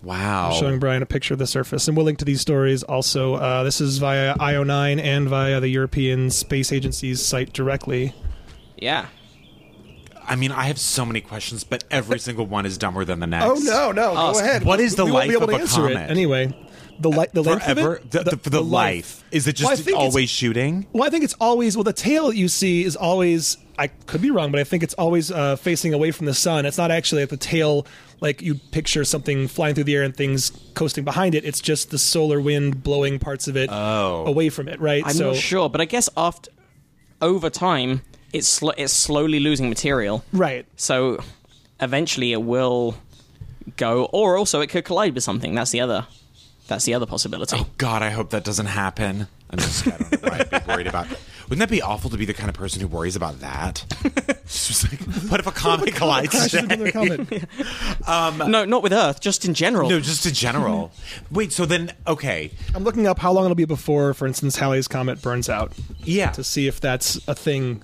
A: Wow.
B: Showing Brian a picture of the surface and we'll link to these stories. Also, uh, this is via IO9 and via the European Space Agency's site directly.
C: yeah.
A: I mean, I have so many questions, but every single one is dumber than the next.
B: Oh, no!
C: Ask, ahead.
A: What is the
B: we won't
A: life
B: be able
A: of
B: to
A: a
B: answer
A: comet?
B: it anyway. The light, the length of
A: Forever.
B: it?
A: The, the, the, life. Is it
B: Well, I
A: just
B: think it's-
A: always shooting?
B: Well, I think it's always well. The tail that you see is always. I could be wrong, but I think it's always uh, facing away from the sun. It's not actually at the tail like you picture something flying through the air and things coasting behind it. It's just the solar wind blowing parts of it
A: Oh.
B: away from it. Right.
C: I'm
B: so
C: not sure, but I guess after over time, it's sl- it's slowly losing material.
B: right.
C: So eventually it will go, or also it could collide with something. That's the other. That's the other possibility.
B: Oh,
A: God, I hope that doesn't happen. I'm just, I don't know why I'd be worried about. Wouldn't that be awful to be the kind of person who worries about that? It's just like, what if a comet collides?
B: Crashes into
A: today?
B: their comet.
C: no, not with Earth, just in general.
A: No, just in general. Wait, so then, okay.
B: I'm looking up how long it'll be before, for instance, Halley's comet burns out
A: Yeah.
B: to see if that's a thing.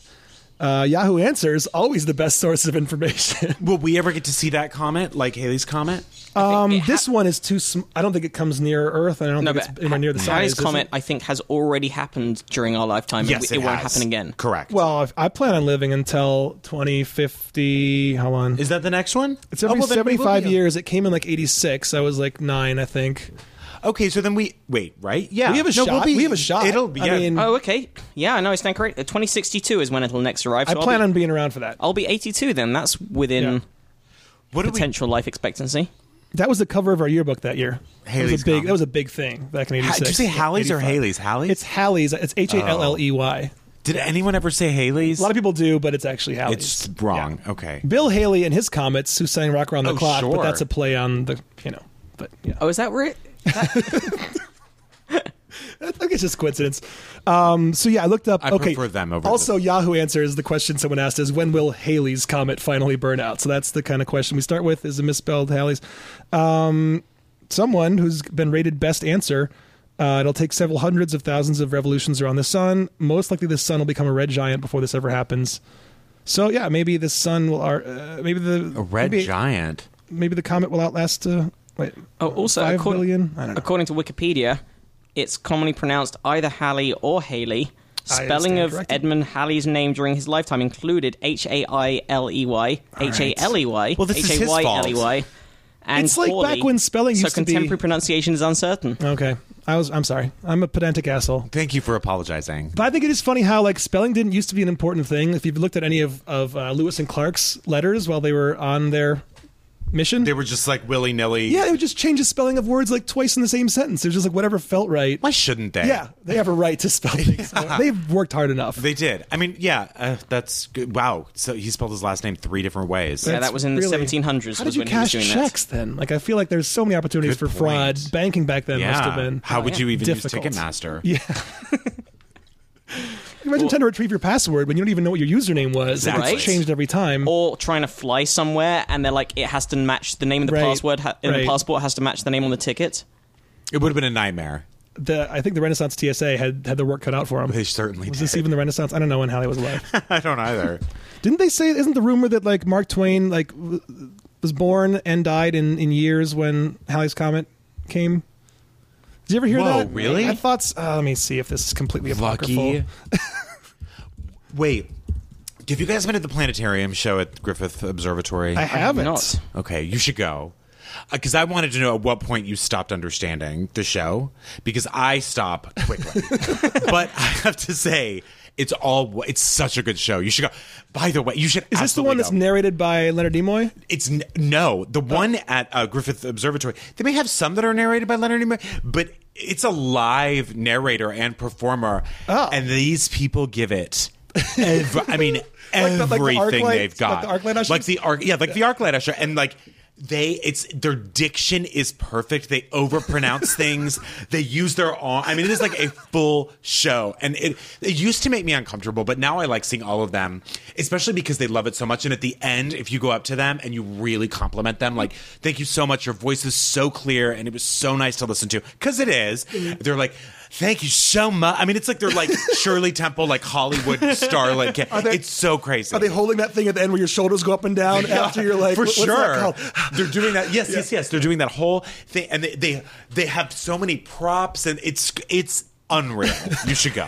B: Uh, Yahoo Answers always the best source of information.
A: Will we ever get to see that comment, like Haley's comment?
B: Um,
C: it ha-
B: this one is too. Sm- I don't think it comes near Earth, and I don't
C: No,
B: think it's
C: but
B: anywhere near the size.
C: Harry's
B: is it?
C: comment, I think, has already happened during our lifetime. and
A: Yes,
C: we- it, won't
A: has.
C: happen again.
A: Correct.
B: Well, if I plan on living until 2050. How long?
A: is that the next one?
B: It's every
A: Oh, well, then we will
B: 75
A: be-
B: years. It came in like 86. I was like nine, I think.
A: Okay, so then we wait, right? Yeah,
B: We have a
A: No,
B: shot.
A: we'll be-
B: We have a shot.
A: It'll be.
B: I
A: yeah.
B: mean-
C: Oh, okay. Yeah, no, I stand correct. Uh, 2062 is when it'll next arrive.
B: I
C: so
B: plan
C: I'll be,
B: on being around for that.
C: I'll be 82 then. That's within
B: Yeah.
A: what do we?
C: potential life expectancy.
B: That was the cover of our yearbook that year. that was
A: Haley's
B: a big.
A: comment.
B: That was a big thing back in
A: Ha,
B: '86.
A: did you say Hallie's or Haley's? Hallie's.
B: It's Hallie's. It's H A L L E Y.
A: did anyone ever say Haley's?
B: A lot of people do, but it's actually Hallie's.
A: it's wrong. Okay.
B: Bill Haley and his comets, who sang "Rock Around the
A: Oh,
B: Clock," but
A: sure.
B: that's a play on the, you know. But yeah,
C: Oh, is that right?
B: I think it's just coincidence. Um, so yeah, I looked up.
A: I
B: okay,
A: prefer them over
B: Also, Yahoo answers the question someone asked is when will Haley's comet finally burn out? So that's the kind of question we start with. Is a misspelled Haley's? Um, someone who's been rated best answer. Uh, it'll take several hundreds of thousands of revolutions around the sun. Most likely, the sun will become a red giant before this ever happens. So yeah, maybe the sun will. Are, uh, maybe the
A: A red
B: maybe,
A: giant.
B: Maybe the comet will outlast. Uh, wait,
C: Oh, also,
B: Five
C: according,
B: billion? I don't know.
C: according to Wikipedia, it's commonly pronounced either Halley or Haley.
B: I
C: Spelling
B: stand
C: of
B: corrected.
C: Edmund Halley's name during his lifetime included H A I L E Y, H A L E Y,
A: Well, this is
C: H
A: his
C: A
A: fault.
C: Y L E Y, and
B: It's like
C: Hawley,
B: back when spelling
C: so
B: used to be-
C: contemporary pronunciation is uncertain.
B: Okay. I was I'm sorry. I'm a pedantic asshole.
A: Thank you for apologizing.
B: But I think it is funny how like spelling didn't used to be an important thing. If you've looked at any of, of uh, Lewis and Clark's letters while they were on their mission.
A: They were just like willy nilly.
B: yeah, they would just change the spelling of words like twice in the same sentence. It was just like whatever felt right.
A: Why shouldn't they?
B: Yeah, they have a right to spell things. They've worked hard enough.
A: They did. I mean, yeah, uh, that's good. Wow. So he spelled his last name three different ways.
C: Yeah,
B: That's
C: that was in the
B: really-
C: 1700s.
B: How did
C: was
B: you
C: when
B: cash
C: he was doing
B: checks then? Like I feel like there's so many opportunities
A: Good
B: for fraud.
A: point.
B: Banking back then must have been.
A: How would
C: yeah.
A: you even
B: Difficult.
A: use Ticketmaster?
B: Yeah. Imagine trying to retrieve your password when you don't even know what your username was. Like,
C: Right.
B: It's changed every time.
C: That. Or trying to fly somewhere, and they're like, it has to match the name of the
B: Right,
C: password ha- in
B: right.
C: the passport has to match the name on the ticket.
A: It would have been a nightmare.
B: The I think the Renaissance TSA had had their work cut out for them.
A: They certainly
B: was
A: did.
B: this even the Renaissance? I don't know when Hallie was alive.
A: I don't either.
B: Didn't they say? Isn't the rumor that like Mark Twain like w- was born and died in in years when Halley's comet came? Did you ever hear
A: Whoa,
B: that?
A: really?
B: I thought. s- Uh, let me see if this is completely apocryphal.
A: Lucky. Wait. Have you guys been at the planetarium show at Griffith Observatory?
B: I haven't.
C: not.
A: Okay, you should go. Because I wanted to know at what point you stopped understanding the show, because I stop quickly. but I have to say, it's all it's such a good show. You should go. By the way, you should.
B: Is this the one Oh. that's narrated by Leonard Nimoy?
A: It's n- no the one at uh, Griffith Observatory. They may have some that are narrated by Leonard Nimoy, but it's a live narrator and performer,
B: Oh.
A: and these people give it. ev- I mean,
B: the- like the
A: everything
B: Arclight-
A: they've got,
B: like the Arclight
A: like the arc, yeah, like the arclight usher, and like they, it's their diction is perfect. They overpronounce things. They use their arm. I mean, it is like a full show, and it it used to make me uncomfortable, but now I like seeing all of them, especially because they love it so much. And at the end, if you go up to them and you really compliment them, like, "Thank you so much. Your voice is so clear, and it was so nice to listen to," because it is.
B: Mm-hmm.
A: They're like. Thank you so much. I mean, it's like they're like Shirley Temple, like Hollywood starlet. kid.
B: they-
A: it's so crazy.
B: Are they holding that thing at the end where your shoulders go up and down after you're like
A: for
B: what- what's that
A: sure
B: called?
A: they're doing that yes yes yes they're doing that whole thing and they, they they have so many props and it's it's unreal you should go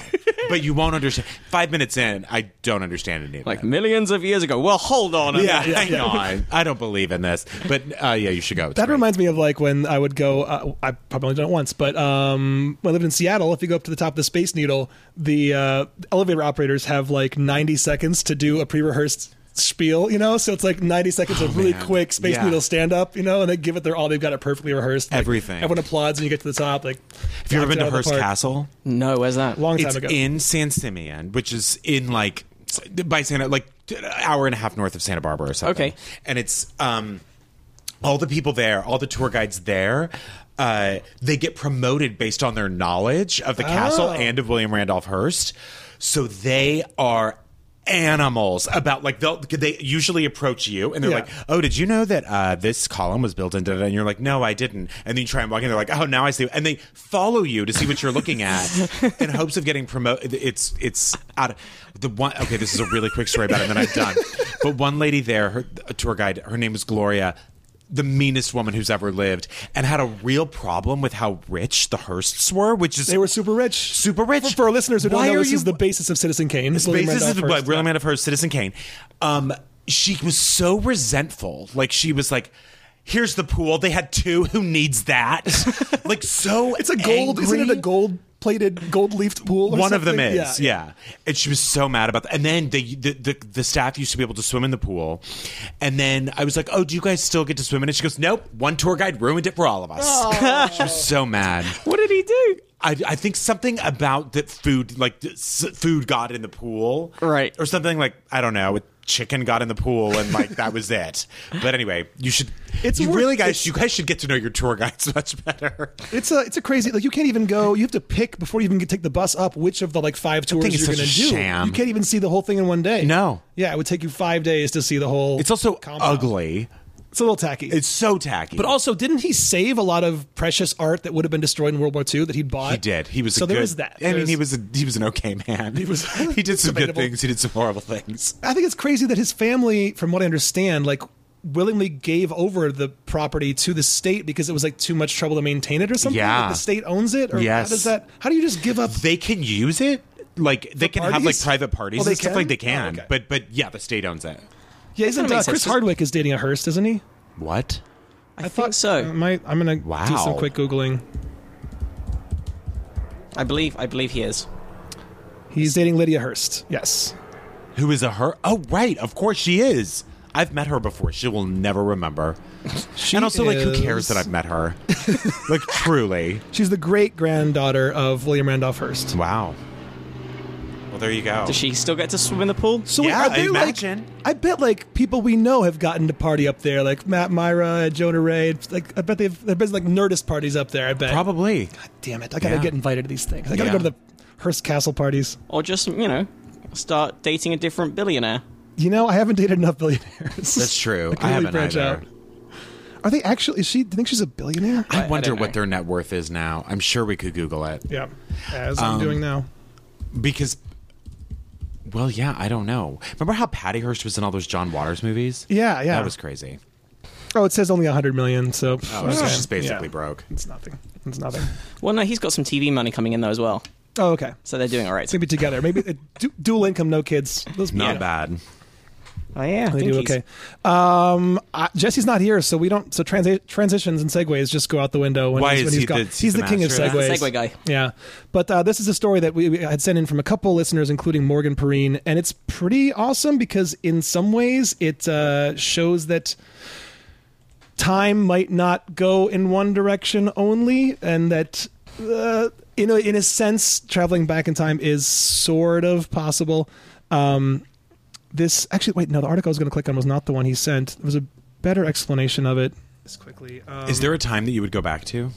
A: but you won't understand five minutes in i don't understand any of
C: Like
A: that.
C: millions of years ago. Well, hold on. a
A: yeah,
C: minute.
A: hang on i don't believe in this but uh yeah you should go It's
B: That
A: great.
B: reminds me of like when I would go. Uh, I probably only done it once, but um, when I lived in Seattle, if you go up to the top of the Space Needle, the uh, elevator operators have like 90 seconds to do a pre-rehearsed spiel. You know, so it's like 90 seconds of really
A: Oh, man.
B: quick Space
A: Yeah.
B: Needle stand up. You know, and they give it their all. They've got it perfectly rehearsed. Like,
A: Everything.
B: Everyone applauds, and you get to the top. Like,
A: have you ever been to Hearst
B: Hurst
A: castle
C: No, where's that?
B: Long time
A: it's
B: ago.
A: in san simeon which is in like by santa like an hour and a half north of santa barbara or something
C: Okay.
A: and it's um all the people there, all the tour guides there, uh, they get promoted based on their
B: Oh.
A: knowledge of the castle and of William Randolph Hearst. So they are animals about like they'll they usually approach you and they're
B: Yeah.
A: like, "Oh, did you know that uh, this column was built in?" da, da, da," And you're like, "No, I didn't." And then you try and walk in, they're like, "Oh, now I see." And they follow you to see what you're looking at in hopes of getting promoted. It's it's out of the one. Okay, this is a really quick story about it, and then I'm done. But one lady there, her a tour guide, her name was Gloria. The meanest woman who's ever lived, and had a real problem with how rich the Hearsts were, which is
B: They were super rich.
A: Super rich.
B: For, for our listeners who don't
A: Why
B: know,
A: are
B: this
A: you-
B: is the basis of Citizen Kane. William
A: Space
B: Randolph
A: is
B: Hearst.
A: what real man of hers, Citizen Kane. Um, she was so resentful. Like she was like, "Here's the pool. They had two. Who needs that?" like so.
B: It's a gold, isn't it? A
A: angry.
B: gold plated, gold leafed pool. Or
A: One of them
B: something?
A: is, yeah, And she was so mad about that. And then the, the the the staff used to be able to swim in the pool. And then I was like, "Oh, do you guys still get to swim in it?" She goes, "Nope. One tour guide ruined it for all of us." she was so mad.
C: What did he do?
A: I, I think something about that food, like th- s- food got in the pool.
C: Right.
A: Or something like, I don't know, chicken got in the pool and like that was it. But anyway, you should,
B: It's
A: you
B: worth-
A: really guys,
B: it's-
A: you guys should get to know your tour guides much better.
B: It's a it's a crazy like you can't even go. You have to pick before you even get, take the bus up which of the like five tours
A: thing is
B: you're
A: such
B: going to do.
A: a sham.
B: You can't even see the whole thing in one day.
A: No.
B: Yeah, it would take you five days to see the whole.
A: It's also
B: compound.
A: ugly.
B: It's a little tacky.
A: It's so tacky.
B: but also, didn't he save a lot of precious art that would have been destroyed in World War II that he'd bought?
A: he did. He was
B: so
A: a
B: there
A: good-
B: was that.
A: I mean, he
B: There's-
A: was a, he was an okay man. He
B: was-
A: he did some good
B: debatable.
A: things. He did some horrible things.
B: I think it's crazy that his family, from what I understand, like willingly gave over the property to the state because it was like too much trouble to maintain it or something.
A: Yeah.
B: Like, the state owns it. Or
A: Yes.
B: how does that? How do you just give up?
A: They can use it. Like they can have like
B: parties?
A: private parties
B: Oh, they
A: and stuff
B: can?
A: like they
B: Oh,
A: can.
B: okay.
A: But but yeah, the state owns it.
B: Yeah, isn't
C: kinda
B: uh,
C: makes sense.
B: Chris Hardwick is dating a Hearst, isn't he?
A: What?
C: I, think so.
B: My, I'm gonna do
A: Wow.
B: some quick googling.
C: I believe. I believe he is.
B: He's dating Lydia Hearst. Yes.
A: Who is a her? Oh, right. Of course she is. I've met her before. She will never remember.
B: She
A: and also, like, who
B: is-
A: cares that I've met her? like, truly.
B: She's the great granddaughter of William Randolph Hearst.
A: Wow. Well, there you go.
C: Does she still get to swim in the pool?
B: So
A: Yeah,
B: are they, like-
A: imagine.
B: I bet like people we know have gotten to party up there, like Matt Myra, Jonah Ray. It's Like I bet they've there've been like nerdist parties up there. I bet.
A: Probably.
B: Damn it! I gotta
A: Yeah.
B: get invited to these things. I gotta go
A: Yeah.
B: to the Hearst Castle parties.
C: Or just you know, start dating a different billionaire?
B: You know, I haven't dated enough billionaires.
A: That's true.
B: can
A: I,
B: really
A: haven't
B: branch
A: either.
B: out. Are they actually? Is she? Do you think she's a billionaire?
A: I
C: I
A: wonder
C: don't know.
A: what their net worth is now. I'm sure we could Google it.
B: yeah, as I'm
A: Um,
B: doing now.
A: Because, well, yeah, I don't know. Remember how Patty Hearst was in all those John Waters movies?
B: Yeah, yeah.
A: That was crazy.
B: Oh, it says only a hundred million. So,
A: Oh, so she's basically broke.
B: It's nothing. It's nothing.
C: Well, no, he's got some TV money coming in though as well,
B: Oh, okay.
C: so they're doing all right.
B: So maybe together. Maybe uh, du- dual income, no kids. Those
A: Not
B: yeah.
A: bad.
C: Oh yeah, I
B: They
C: think
B: do
C: he's-
B: okay. Um, uh, Jesse's not here, so we don't. So transi- transitions and segues just go out the window. When
A: Why
B: he's,
A: is
B: when
A: he
B: he's gone.
A: the-
B: he's,
A: he's
B: the,
A: the
B: king of
A: master of
B: segues.
A: that?
C: Segue guy.
B: Yeah, but uh, this is a story that we, we had sent in from a couple listeners, including Morgan Perrine, and it's pretty awesome because in some ways it uh, shows that time might not go in one direction only, and that uh, in a, in a sense, traveling back in time is sort of possible. Um, this actually, wait, no, the article I was going to click on was not the one he sent. There was a better explanation of it. Just quickly, um,
A: Is there a time that you would go back to?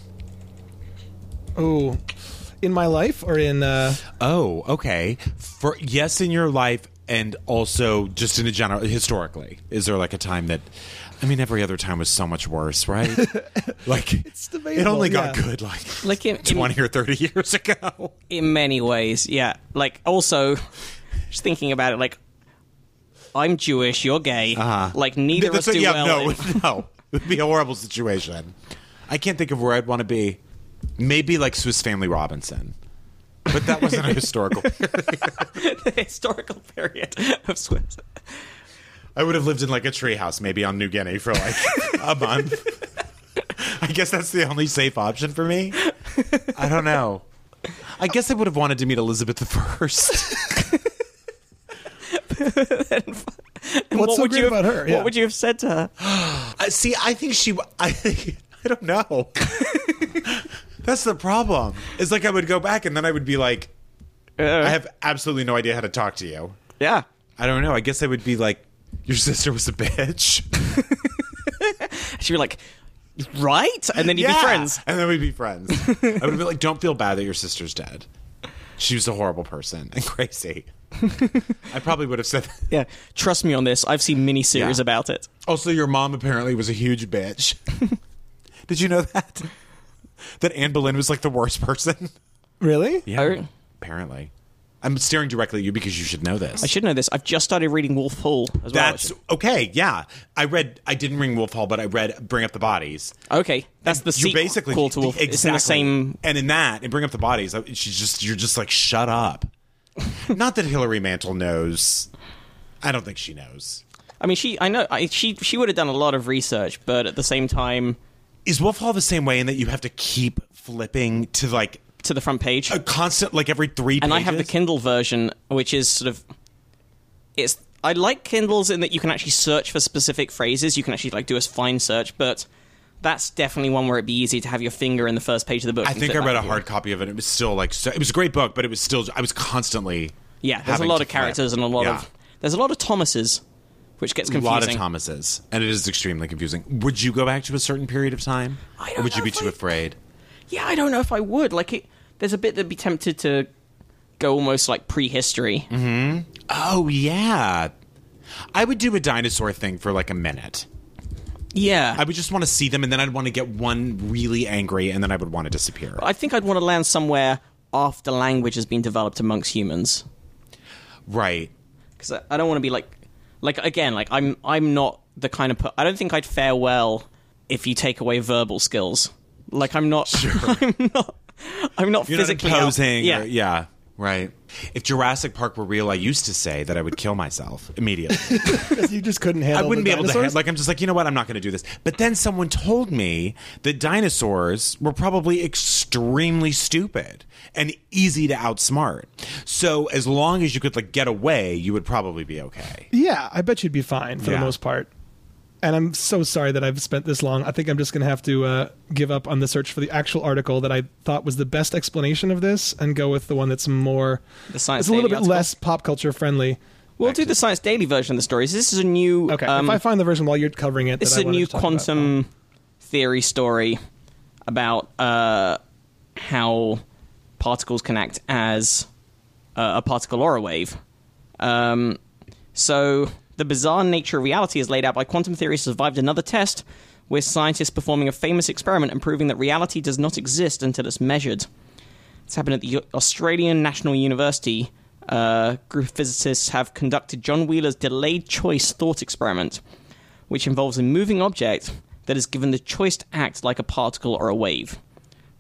B: oh, in my life or in uh,
A: Oh, okay. For yes, in your life, and also just in a general historically, is there like a time that? I mean, every other time was so much worse, right? like it
B: debatable,
A: only got
B: yeah.
A: good like
C: Like in, in,
A: twenty or thirty years ago.
C: in many ways, yeah. Like also, just thinking about it, like I'm Jewish, you're gay. Like neither of us
A: That's what-
C: do
A: yeah,
C: well. in-
A: no, no, it'd be a horrible situation. I can't think of where I'd want to be. Maybe like Swiss Family Robinson, but that wasn't a historical.
C: the historical period of Swiss.
A: I would have lived in like a treehouse, maybe on New Guinea for like a month. I guess that's the only safe option for me. I don't know. I guess I would have wanted to meet Elizabeth the First.
C: And
B: What's so
C: would
B: great
C: you have-
B: about her? Yeah.
C: What would you have said to her?
A: Uh, see, I think she. I think I don't know. that's the problem. It's like I would go back and then I would be like, I have absolutely no idea how to talk to you.
C: yeah.
A: I don't know. I guess I would be like, your sister was a bitch.
C: She'd be like, right? And then you'd
A: Yeah.
C: be friends.
A: and then we'd be friends. I would be like, don't feel bad that your sister's dead. She was a horrible person and crazy. I probably would have said that.
C: Yeah, trust me on this. I've seen mini series
A: Yeah.
C: about it.
A: Also, your mom apparently was a huge bitch. Did you know that? That Anne Boleyn was like the worst person?
B: Really?
C: Oh.
A: Apparently. I'm staring directly at you because you should know this.
C: I should know this. I've just started reading Wolf Hall as
A: That's
C: well.
A: okay. Yeah. I read, I didn't ring Wolf Hall, but I read Bring Up the Bodies.
C: actually. Okay, that's the
A: you
C: sequel
A: basically
C: to Wolf.
A: exactly.
C: It's in the same.
A: and in that and bring up the bodies I- she's just you're just like shut up not that hillary mantel knows i don't think she knows
C: I mean, she. I know. I, she. She would have done a lot of research, but at the same time,
A: is wolf hall the same way in that you have to keep flipping to like
C: to the front page.
A: a constant like every three
C: and I have the
A: Oh, pages?
C: Kindle version, which is sort of it's. I like Kindles in that you can actually search for specific phrases. You can actually like do a find search, but that's definitely one where it'd be easy to have your finger in the first page of the book.
A: i think i read a hard copy of it it was still like so, it was a great book but it was still i was constantly
C: Yeah, there's a
A: having
C: lot
A: to
C: of characters
A: flip.
C: and a lot
A: Yeah.
C: of there's a lot of Thomases, which gets
A: a
C: confusing.
A: lot of Thomases, and it is extremely confusing. Would you go back to a certain period of time,
C: I
A: or
C: don't
A: would you
C: know
A: be
C: if
A: too
C: I-
A: afraid?
C: Yeah, I don't know if I would like it. There's a bit that'd be tempted to go almost like prehistory.
A: Mm-hmm. Oh yeah. I would do a dinosaur thing for like a minute.
C: Yeah,
A: I would just want to see them and then I'd want to get one really angry and then I would want to disappear.
C: I think I'd want to land somewhere after language has been developed amongst humans.
A: Right.
C: because I, I don't want to be like like again like I'm I'm not the kind of per- I don't think I'd fare well if you take away verbal skills. Like I'm not I'm not I'm not
A: You're
C: physically
A: not
C: out-
A: imposing.
C: yeah.
A: or- yeah. Right. If Jurassic Park were real, I used to say that I would kill myself immediately.
B: Because you just couldn't handle.
A: I wouldn't
B: the
A: be able to.
B: dinosaurs?
A: Like, I'm just like, you know what? I'm not going to do this. But then someone told me that dinosaurs were probably extremely stupid and easy to outsmart. So as long as you could like get away, you would probably be okay.
B: Yeah, I bet you'd be fine for
A: Yeah.
B: the most part. And I'm so sorry that I've spent this long. I think I'm just going to have to uh, give up on the search for the actual article that I thought was the best explanation of this and go with the one that's more,
C: The Science
B: it's a little
C: Daily
B: bit
C: article?
B: less pop culture friendly.
C: We'll do the Science Daily version of the stories. This is a new
B: Okay,
C: um,
B: if I find the version while you're covering it,
C: this is
B: that I
C: a
B: wanted
C: new
B: to talk about. Oh.
C: quantum theory story about uh, how particles can act as uh, a particle or a wave. Um, so the bizarre nature of reality is laid out by quantum theory survived another test with scientists performing a famous experiment and proving that reality does not exist until it's measured. It's happened at the Australian National University. Uh, group of physicists have conducted John Wheeler's delayed choice thought experiment, which involves a moving object that is given the choice to act like a particle or a wave.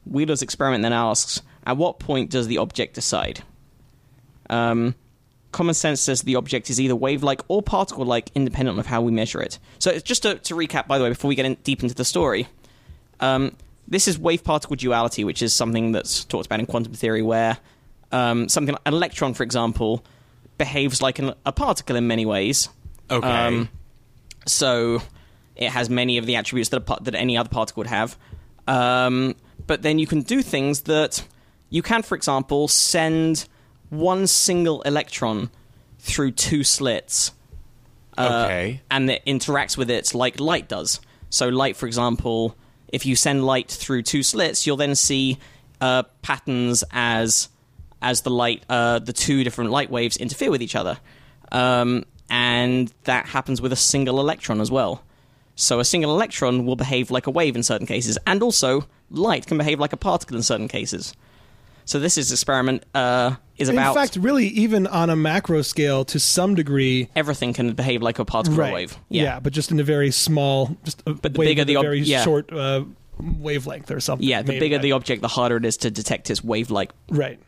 C: Wheeler's experiment then asks, at what point does the object decide? Um, common sense says the object is either wave like or particle like, independent of how we measure it. So, it's just to, to recap, by the way, before we get in, deep into the story, um, this is wave particle duality, which is something that's talked about in quantum theory, where um, something an electron, for example, behaves like an, a particle in many ways.
A: Okay.
C: Um, so it has many of the attributes that a, par- that any other particle would have. Um, but then you can do things that you can, for example, send one single electron through two slits
B: Uh,
A: okay.
C: and it interacts with it like light does. So, light, for example, if you send light through two slits, you'll then see uh, patterns as as the light, uh, the two different light waves interfere with each other, um, and that happens with a single electron as well. So, a single electron will behave like a wave in certain cases, and also light can behave like a particle in certain cases. So, this is experiment uh, is
B: In
C: about
B: fact, really, even on a macro scale, to some degree,
C: everything can behave like a particle or
B: right?
C: wave.
B: Yeah. but just in a very small, just a but
C: the
B: wave
C: bigger
B: with
C: the
B: a
C: ob-
B: very
C: yeah.
B: short uh, wavelength or something.
C: Yeah, the
B: maybe.
C: bigger
B: I-
C: the object, the harder it is to detect its wave-like
B: right.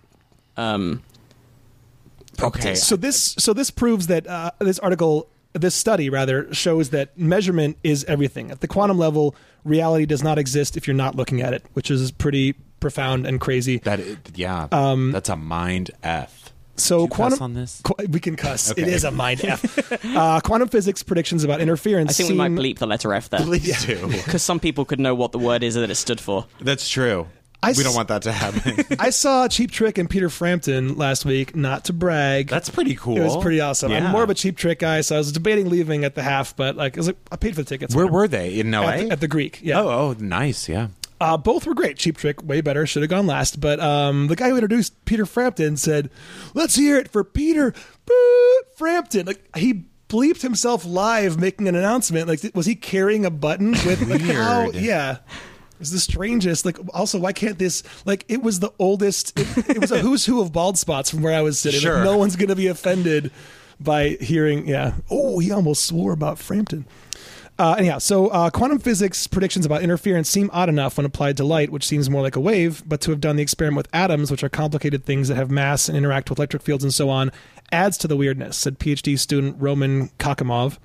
A: Okay.
B: So this so this proves that uh, this article this study rather shows that measurement is everything. At the quantum level, reality does not exist if you're not looking at it, which is pretty profound and crazy.
A: That is, yeah,
B: Um,
A: that's a mind f.
B: So
A: Did you cuss
B: quantum
A: on this?
B: qu- we can cuss. It
A: Okay.
B: is a mind f. uh, quantum physics predictions about interference.
C: I think we might
B: seem-
C: bleep the letter F there.
A: Please do.
C: Because some people could know what the word is that it stood for.
A: That's true.
B: I
A: we
B: s-
A: don't want that to happen.
B: I saw Cheap Trick and Peter Frampton last week. Not to brag.
A: that's pretty cool.
B: it was pretty awesome.
A: Yeah.
B: I'm more of a Cheap Trick guy, so I was debating leaving at the half, but like I was like, I paid for the tickets.
A: Where were they in LA?
B: at the, at the Greek? Yeah.
A: oh, oh, nice. Yeah.
B: Uh, both were great. Cheap Trick, way better. Should have gone last. But um, the guy who introduced Peter Frampton said, "Let's hear it for Peter Boop Frampton." Like he bleeped himself live making an announcement. Like was he carrying a button with like, how-
A: Weird.
B: Yeah. It's the strangest. Like, also, why can't this? Like, it was the oldest. It, it was a who's who of bald spots from where I was sitting.
A: Sure.
B: Like, no one's going to be offended by hearing. Yeah. Oh, he almost swore about Frampton. Uh, anyhow, so uh, quantum physics predictions about interference seem odd enough when applied to light, which seems more like a wave, but to have done the experiment with atoms, which are complicated things that have mass and interact with electric fields and so on, adds to the weirdness, said PhD student Roman Kakimov.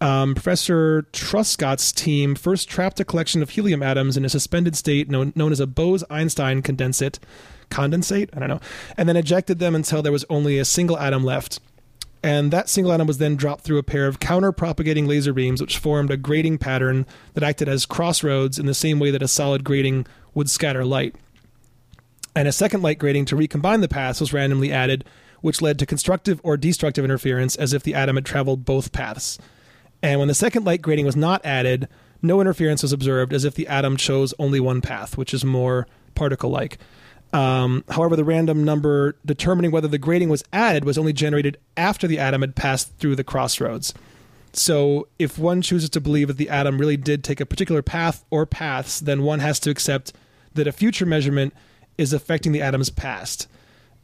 B: Um, Professor Truscott's team first trapped a collection of helium atoms in a suspended state known, known as a Bose-Einstein condensate, condensate, I don't know, and then ejected them until there was only a single atom left. And that single atom was then dropped through a pair of counter propagating laser beams, which formed a grating pattern that acted as crossroads in the same way that a solid grating would scatter light. And a second light grating to recombine the paths was randomly added, which led to constructive or destructive interference as if the atom had traveled both paths. And when the second light grating was not added, no interference was observed as if the atom chose only one path, which is more particle like. Um, however, the random number determining whether the grating was added was only generated after the atom had passed through the crossroads. So, if one chooses to believe that the atom really did take a particular path or paths, then one has to accept that a future measurement is affecting the atom's past.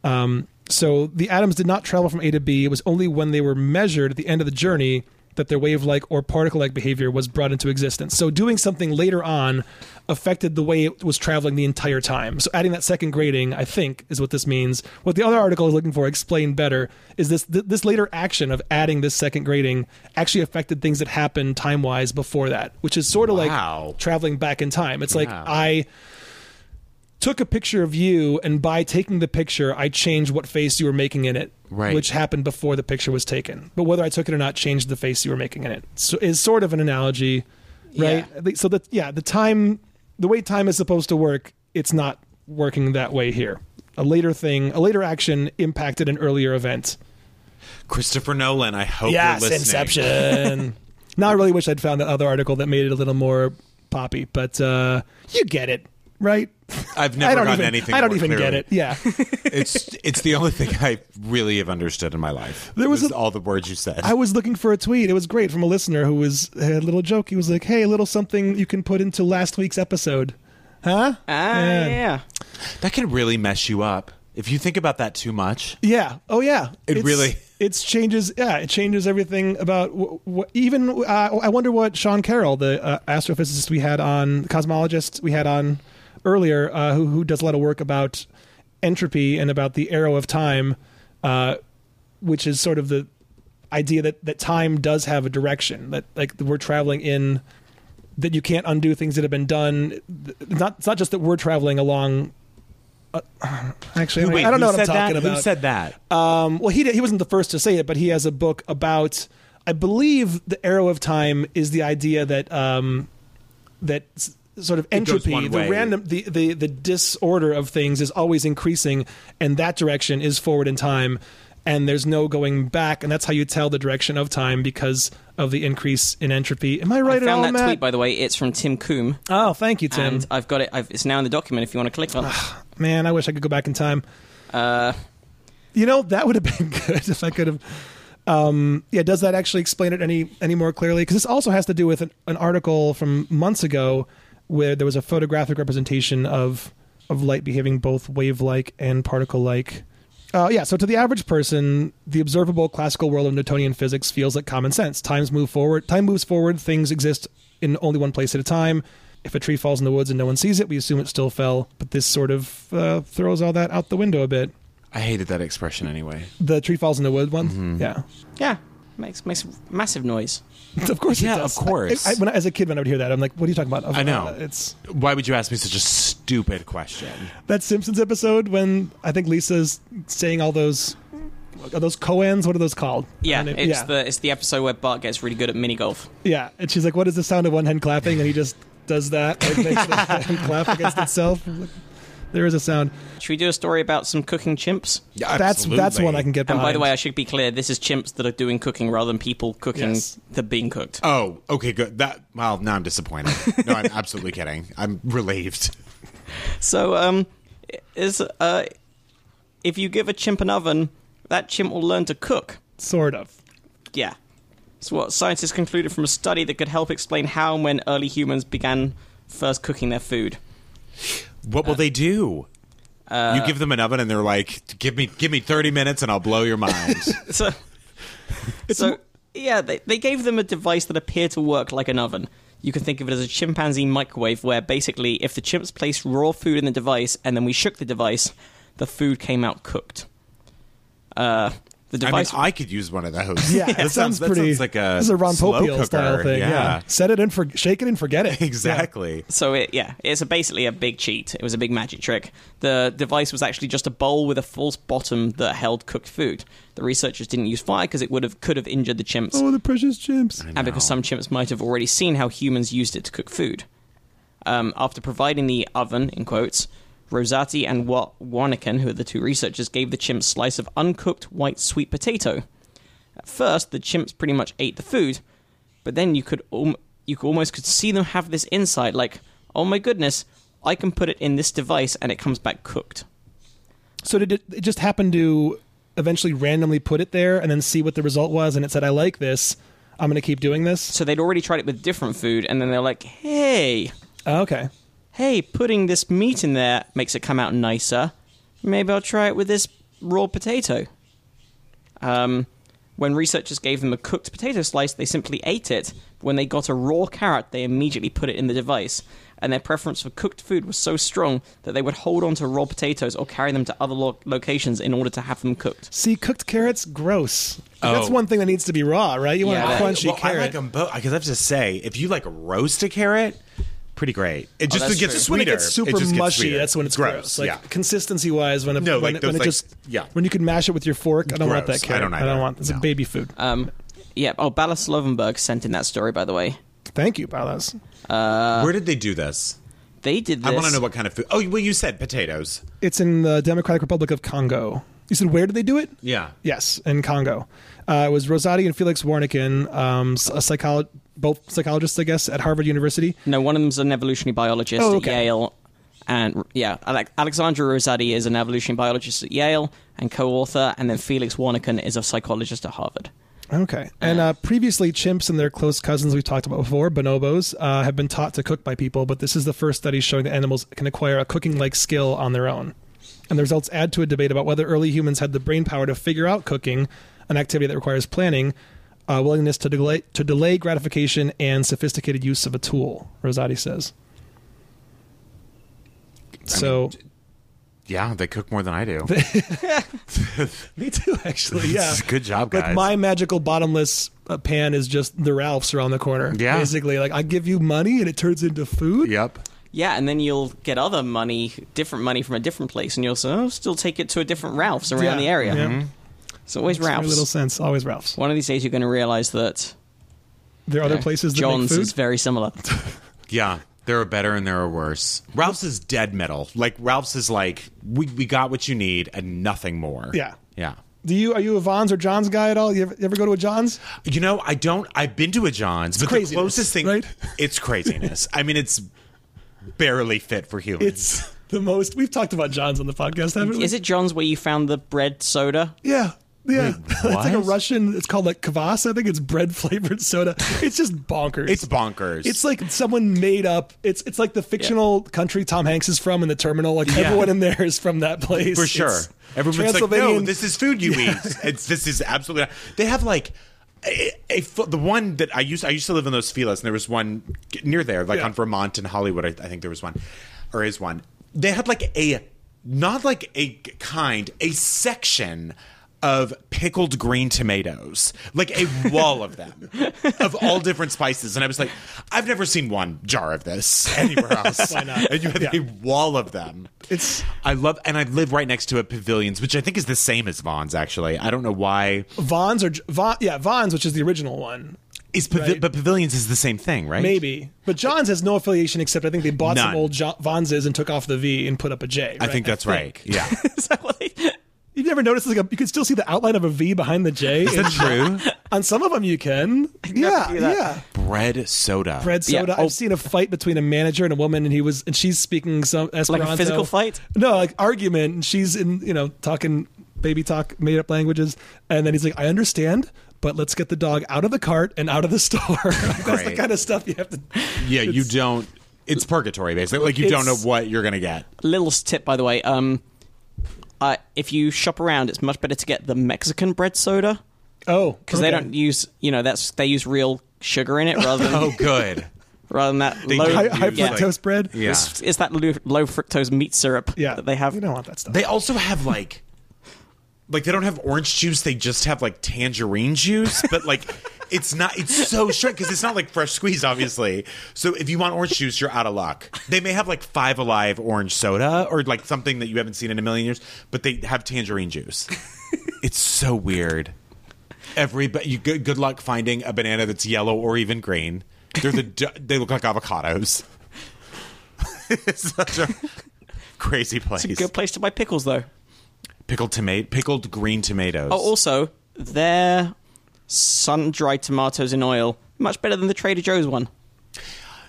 B: Um, so the atoms did not travel from A to B. It was only when they were measured at the end of the journey that their wave like or particle like behavior was brought into existence. So doing something later on affected the way it was traveling the entire time. So adding that second grading, I think, is what this means. What the other article is looking for explained better is this th- this later action of adding this second grading actually affected things that happened time wise before that, which is sort of
A: Wow.
B: like traveling back in time. It's like
A: Yeah.
B: I took a picture of you and by taking the picture i changed what face you were making in it
A: Right.
B: which happened before the picture was taken but whether i took it or not changed the face you were making in it so is sort of an analogy right
C: Yeah.
B: At least- so that yeah the time the way time is supposed to work it's not working that way here a later thing a later action impacted an earlier event
A: Christopher Nolan, I hope you're listening.
B: inception now i really wish i'd found that other article that made it a little more poppy but uh you get it right
A: I've never
B: I don't
A: gotten
B: even,
A: anything.
B: I don't
A: more
B: even get
A: clearly.
B: it. Yeah,
A: It's it's the only thing I really have understood in my life.
B: There was
A: It
B: a-
A: all the words you said.
B: I was looking for a tweet. It was great from a listener who was had a little joke. He was like, "Hey, a little something you can put into last week's episode, huh?"
C: Ah,
B: Yeah.
C: yeah.
A: that can really mess you up if you think about that too much.
B: Yeah. Oh, yeah.
A: It
B: It's-
A: really-
B: It's changes. Yeah, it changes everything about w- w- even. Uh, I wonder what Sean Carroll, the uh, astrophysicist we had on, the cosmologist we had on earlier, uh, who who does a lot of work about entropy and about the arrow of time, uh, which is sort of the idea that that time does have a direction that like we're traveling in that you can't undo things that have been done. It's not it's not just that we're traveling along. Uh, actually,
A: Wait,
B: I don't know
A: who
B: what I'm
A: said
B: talking
A: that?
B: about.
A: Who said that?
B: Um, well, he did, he wasn't the first to say it, but he has a book about. I believe the arrow of time is the idea that um, that s- sort of
A: goes
B: entropy,
A: one
B: the
A: way.
B: random, the, the the disorder of things is always increasing, and that direction is forward in time, and there's no going back, and that's how you tell the direction of time because of the increase in entropy. Am I right
C: I
B: at all,
C: found that
B: Matt?
C: tweet, by the way. It's from Tim Coombe.
B: oh, thank you, Tim.
C: And I've got it. I've, it's now in the document if you want to click on it.
B: Man, I wish I could go back in time.
C: Uh,
B: You know, that would have been good if I could have. Um, yeah, does that actually explain it any any more clearly? Because this also has to do with an, an article from months ago where there was a photographic representation of of light behaving both wave like and particle like. Uh, yeah, so to the average person, the observable classical world of Newtonian physics feels like common sense. Times move forward. Time moves forward. Things exist in only one place at a time. If a tree falls in the woods and no one sees it, we assume it still fell. But this sort of uh, throws all that out the window a bit.
A: I hated that expression anyway.
B: The tree falls in the wood one.
A: Mm-hmm.
B: Yeah,
C: yeah, makes makes massive noise.
B: of course.
A: Yeah,
B: it does.
A: of course.
B: I, I- when I, as a kid, when I would hear that, I'm like, "What are you talking about?"
A: I know.
B: Uh, it's
A: Why would you ask me such a stupid question?
B: that Simpsons episode when I think Lisa's saying all those are those coans. What are those called?
C: Yeah,
B: And it-
C: it's
B: yeah,
C: the it's the episode where Bart gets really good at mini golf.
B: yeah. And she's like, "What is the sound of one hand clapping?" And he just does that, like makes the hand clap against itself. There is a sound.
C: Should we do a story about some cooking chimps?
A: Yeah,
B: That's that's one I can get
C: And
B: behind.
C: by the way, I should be clear: this is chimps that are doing cooking rather than people cooking
B: Yes.
C: the being cooked.
A: Oh, okay, good. That well, now I'm disappointed. No, I'm absolutely kidding. I'm relieved.
C: So, um, is uh, if you give a chimp an oven, that chimp will learn to cook.
B: sort of.
C: Yeah. So what scientists concluded from a study that could help explain how and when early humans began first cooking their food.
A: What will they do? you give them an oven, and they're like, "Give me, give me 30 minutes, and I'll blow your mind."
C: So, so yeah, they, they gave them a device that appeared to work like an oven. You can think of it as a chimpanzee microwave, where basically, if the chimps placed raw food in the device and then we shook the device, the food came out cooked. Uh, the
A: I mean,
C: device.
A: I could use one of those.
B: Yeah,
A: That
B: it sounds,
A: that
B: pretty.
A: sounds like a
B: this is a Ron
A: slow
B: Popeil style
A: cooker.
B: thing. Yeah.
A: yeah.
B: set it and for, shake it and forget it.
A: exactly.
C: So it, yeah, it's a, basically a big cheat. It was a big magic trick. The device was actually just a bowl with a false bottom that held cooked food. The researchers didn't use fire because it would have could have injured the chimps,
B: Oh, the precious chimps.
C: and because some chimps might have already seen how humans used it to cook food. Um, after providing the oven, in quotes, Rosati and Wa- Warnikin, who are the two researchers, gave the chimps slice of uncooked white sweet potato. At first, the chimps pretty much ate the food, but then you could al- you could- almost could see them have this insight, like, "Oh my goodness, I can put it in this device and it comes back cooked."
B: So did it, it just happen to eventually randomly put it there and then see what the result was? And it said, "I like this. I'm going to keep doing this."
C: So they'd already tried it with different food, and then they're like, "Hey,
B: Oh, okay.
C: hey, putting this meat in there makes it come out nicer. Maybe I'll try it with this raw potato. Um, when researchers gave them a cooked potato slice, they simply ate it. When they got a raw carrot, they immediately put it in the device. And their preference for cooked food was so strong that they would hold on to raw potatoes or carry them to other lo- locations in order to have them cooked.
B: See, cooked carrots, gross. That's
A: Oh.
B: one thing that needs to be raw, right? You want
C: Yeah.
B: a crunchy
A: well, I
B: carrot.
A: like them both because I have to say, if you like roast a carrot, pretty great. It just
C: that's
A: gets
C: true.
B: Just
A: sweeter.
B: when it gets super
A: just gets
B: mushy,
A: sweeter.
B: that's when it's gross. Like
A: yeah.
B: consistency wise, when, it-
A: No,
B: when,
A: like
B: it, when
A: those,
B: it
A: like,
B: just
A: yeah.
B: when you can mash it with your fork. I don't want
A: Gross.
B: that carrot.
A: I don't
B: I don't
A: either.
B: want. It's a
A: No.
B: baby food.
C: Um, yeah, oh, Ballas Lovenberg sent in that story, by the way.
B: Thank you, Palas. Uh,
A: Where did they do this?
C: They did this.
A: I want to know what kind of food. Oh, well, you said potatoes.
B: It's in the Democratic Republic of Congo. You said where did they do it?
A: Yeah.
B: Yes, in Congo. Uh, it was Rosati and Felix Warnikin, um, s- a psycholo- both psychologists, I guess, at Harvard University.
C: No, one of them's an evolutionary biologist
B: Oh, okay.
C: at Yale. And yeah, Ale- Alexandra Rosati is an evolutionary biologist at Yale and co author, and then Felix Warnikin is a psychologist at Harvard.
B: Okay. And uh, previously, chimps and their close cousins we've talked about before, bonobos, uh, have been taught to cook by people, but this is the first study showing that animals can acquire a cooking like skill on their own. And the results add to a debate about whether early humans had the brain power to figure out cooking, an activity that requires planning, uh, willingness to delay, to delay gratification, and sophisticated use of a tool, Rosati says. So.
A: Yeah, they cook more than I do.
B: Me too, actually. Yeah.
A: Good job, guys.
B: Like my magical bottomless uh, pan is just the Ralphs around the corner.
A: Yeah.
B: Basically, like I give you money and it turns into food.
A: Yep.
C: Yeah, and then you'll get other money, different money from a different place, and you'll s- oh, still take it to a different Ralph's around
B: Yeah,
C: the area.
B: yeah.
C: It's always
B: Makes very
C: Ralph's.
B: little sense. Always Ralphs.
C: One of these days you're going to realize that
B: There are other
C: uh,
B: places that
C: John's
B: make
C: is
B: food.
C: very similar.
A: Yeah, there are better and there are worse. Ralph's is dead metal. Like Ralph's is like we we got what you need and nothing more.
B: Yeah.
A: Yeah.
B: Do you are you a Vons or John's guy at all? You ever, you ever go to a John's?
A: You know, I don't. I've been to a John's, but the
B: craziness,
A: closest thing,
B: right?
A: it's craziness. I mean, it's barely fit for humans.
B: It's the most we've talked about John's on the podcast, haven't we?
C: is it John's where you found the bread soda?
B: Yeah. Yeah, it's like a
A: what?
B: Russian. It's called like kvass. I think it's bread flavored soda. It's just bonkers.
A: it's bonkers.
B: It's like someone made up. It's it's like the fictional country Tom Hanks is from in the terminal. Like everyone in there is from that place
A: for sure.
B: It's
A: Everyone's like, no,
B: Transylvanian-
A: this is food you eat. It's, this is absolutely. Not. They have like. A, a fu- the one that I used I used to live in Los Feliz, and there was one near there, like
B: Yeah.
A: on Vermont and Hollywood. I, I think there was one, or is one. They had like a not like a kind a section of pickled green tomatoes, like a wall of them, of all different spices. And I was like, I've never seen one jar of this anywhere else. Why
B: not?
A: And you had a wall of them.
B: It's
A: I love, and I live right next to a Pavilions, which I think is the same as Vaughn's. Actually, I don't know why.
B: Vons or Vons, yeah, Vons, which is the original one.
A: Is pavi-
B: Right.
A: but pavilions is the same thing, right?
B: Maybe, but John's has no affiliation except I think they bought some
A: None.
B: old jo- Vonses and took off the V and put up a J.
A: I think that's right. Yeah,
C: Is that what they-
B: You've never noticed like a, you can still see the outline of a V behind the J.
A: is that true?
B: On some of them, you can. Yeah,
C: do that.
B: yeah.
A: Bread soda.
B: Bread
C: Yeah,
B: soda.
C: oh.
B: I've seen a fight between a manager and a woman, and he was and she's speaking some Esperanto.
C: physical fight?
B: No, like argument, and she's in you know talking baby talk, made up languages, and then he's like, "I understand." But let's get the dog out of the cart and out of the store. That's the
A: Great.
B: kind of stuff you have to.
A: Yeah, you don't. It's purgatory, basically. Like you don't know
B: It's-
A: what you're gonna get.
C: Little tip, by the way. Um, uh, if you shop around, it's much better to get the Mexican bread soda
B: Oh,
C: because they don't use, you know, that's they use real sugar in it rather than
A: Oh, good.
C: rather than that
A: They
C: low.
A: do
B: high, high
A: use, like-
B: fructose bread.
A: Yeah.
C: It's, it's that lo- low fructose meat syrup
B: yeah.
C: that they have.
B: You don't want that stuff.
A: They also have like, like they don't have orange juice. They just have like tangerine juice. But like, it's not. It's so strict because it's not like fresh squeezed, obviously. So if you want orange juice, you're out of luck. They may have like Five Alive orange soda or like something that you haven't seen in a million years, but they have tangerine juice. it's so weird. Everybody, you, good, good luck finding a banana that's yellow or even green. They're the du- they look like avocados. it's such a crazy place.
C: Good place to buy pickles, though.
A: Pickled tomato, pickled green tomatoes.
C: Oh, also, their sun-dried tomatoes in oil much better than the Trader Joe's one.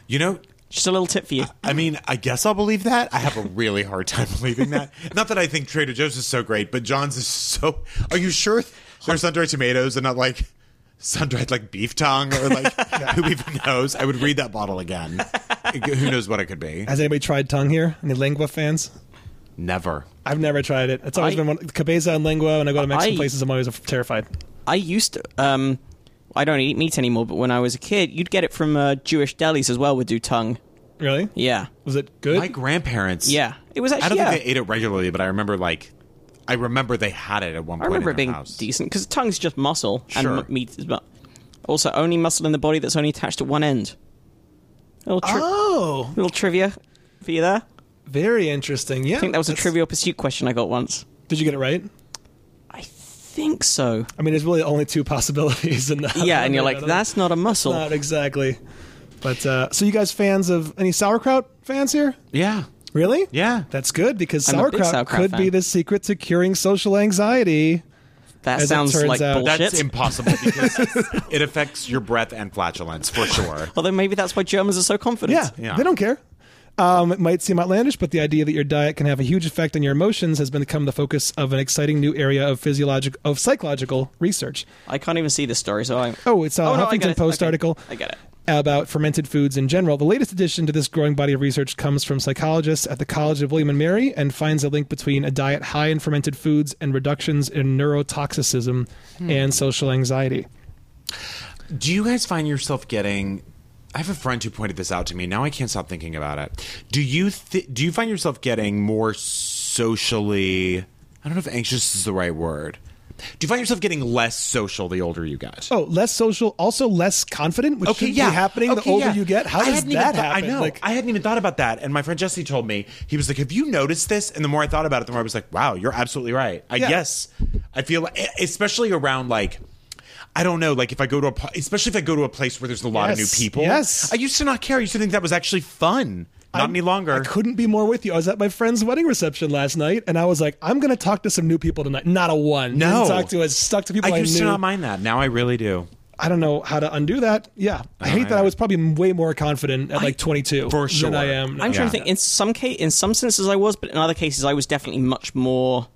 A: you know,
C: Just a little tip for you.
A: I mean, I guess I'll believe that. I have a really hard time believing that. Not that I think Trader Joe's is so great, but John's is so. Are you sure they're sun-dried tomatoes and not like sun-dried like beef tongue or like who even knows? I would read that bottle again. who knows what it could be?
B: Has anybody tried tongue here? Any lingua fans?
A: Never.
B: I've never tried it. It's always
C: I-
B: been one cabeza and lingua. When I go to Mexican
C: I-
B: places, I'm always terrified.
C: I used to. Um, I don't eat meat anymore, but when I was a kid, you'd get it from uh, Jewish delis as well. Would do tongue.
B: Really?
C: Yeah,
B: Was it good?
A: My grandparents.
C: yeah. It was actually.
A: I don't
C: yeah.
A: think they ate it regularly, but I remember like, I remember they had it at one
C: I
A: point.
C: remember
A: in
C: it
A: their
C: being
A: house.
C: decent because tongue's just muscle
A: Sure.
C: and m- meat is mu- also only muscle in the body that's only attached at one end. Little, tri-
B: oh,
C: little trivia for you there.
B: very interesting. Yeah,
C: I think that was a Trivial Pursuit question I got once.
B: Did you get it right?
C: I think so.
B: I mean, there's really only two possibilities in that.
C: Yeah, and you're like, that's not a muscle.
B: not exactly. But uh, so you guys fans of any sauerkraut fans here?
A: Yeah.
B: Really?
A: Yeah.
B: That's good because
C: I'm a big
B: sauerkraut,
C: sauerkraut
B: could be
C: fan.
B: the secret to curing social anxiety.
C: that
B: as it
C: sounds
B: turns
C: like
B: out-
C: bullshit.
A: That's impossible because it affects your breath and flatulence for sure.
C: Although maybe that's why Germans are so confident.
B: Yeah,
A: Yeah.
B: they don't care. Um, it might seem outlandish, but the idea that your diet can have a huge effect on your emotions has become the focus of an exciting new area of physiologic of psychological research.
C: I can't even see this story, so I.
B: Oh, it's a
C: Oh, no, I get
B: Huffington
C: it.
B: Post
C: Okay.
B: article
C: I get it.
B: about fermented foods in general. The latest addition to this growing body of research comes from psychologists at the College of William and Mary and finds a link between a diet high in fermented foods and reductions in neurotoxicism
A: Hmm.
B: and social anxiety.
A: Do you guys find yourself getting? I have a friend who pointed this out to me. Now I can't stop thinking about it. Do you th- do you find yourself getting more socially? I don't know if anxious is the right word. Do you find yourself getting less social the older you get?
B: Oh, less social, also less confident, which
A: okay,
B: should
A: yeah,
B: be happening the
A: Okay,
B: older
A: yeah.
B: you get. How
A: I
B: does
A: hadn't even
B: that
A: thought-
B: happen?
A: I know.
B: Like,
A: I hadn't even thought about that. And my friend Jesse told me he was like, "Have you noticed this?" And the more I thought about it, the more I was like, "Wow, you're absolutely right." I
B: Yeah.
A: guess I feel like, especially around like. I don't know. Like if I go to a, pl- especially if I go to a place where there's a lot of new
B: Yes,
A: people.
B: yes.
A: I used to not care. I used to think that was actually fun. Not any
B: I
A: longer.
B: couldn't be more with you. I was at my friend's wedding reception last night, and I was like, "I'm going to talk to some new people tonight." Not a one.
A: No.
B: Didn't talk to us. Stuck to people I,
A: I used
B: knew.
A: to not mind that. Now I really do.
B: I don't know how to undo that. Yeah, I hate that. I
A: either.
B: was probably way more confident at like 22
A: For sure.
B: than I am. now.
C: I'm trying to
A: Yeah.
C: think. In some case, in some senses, I was, but in other cases, I was definitely much more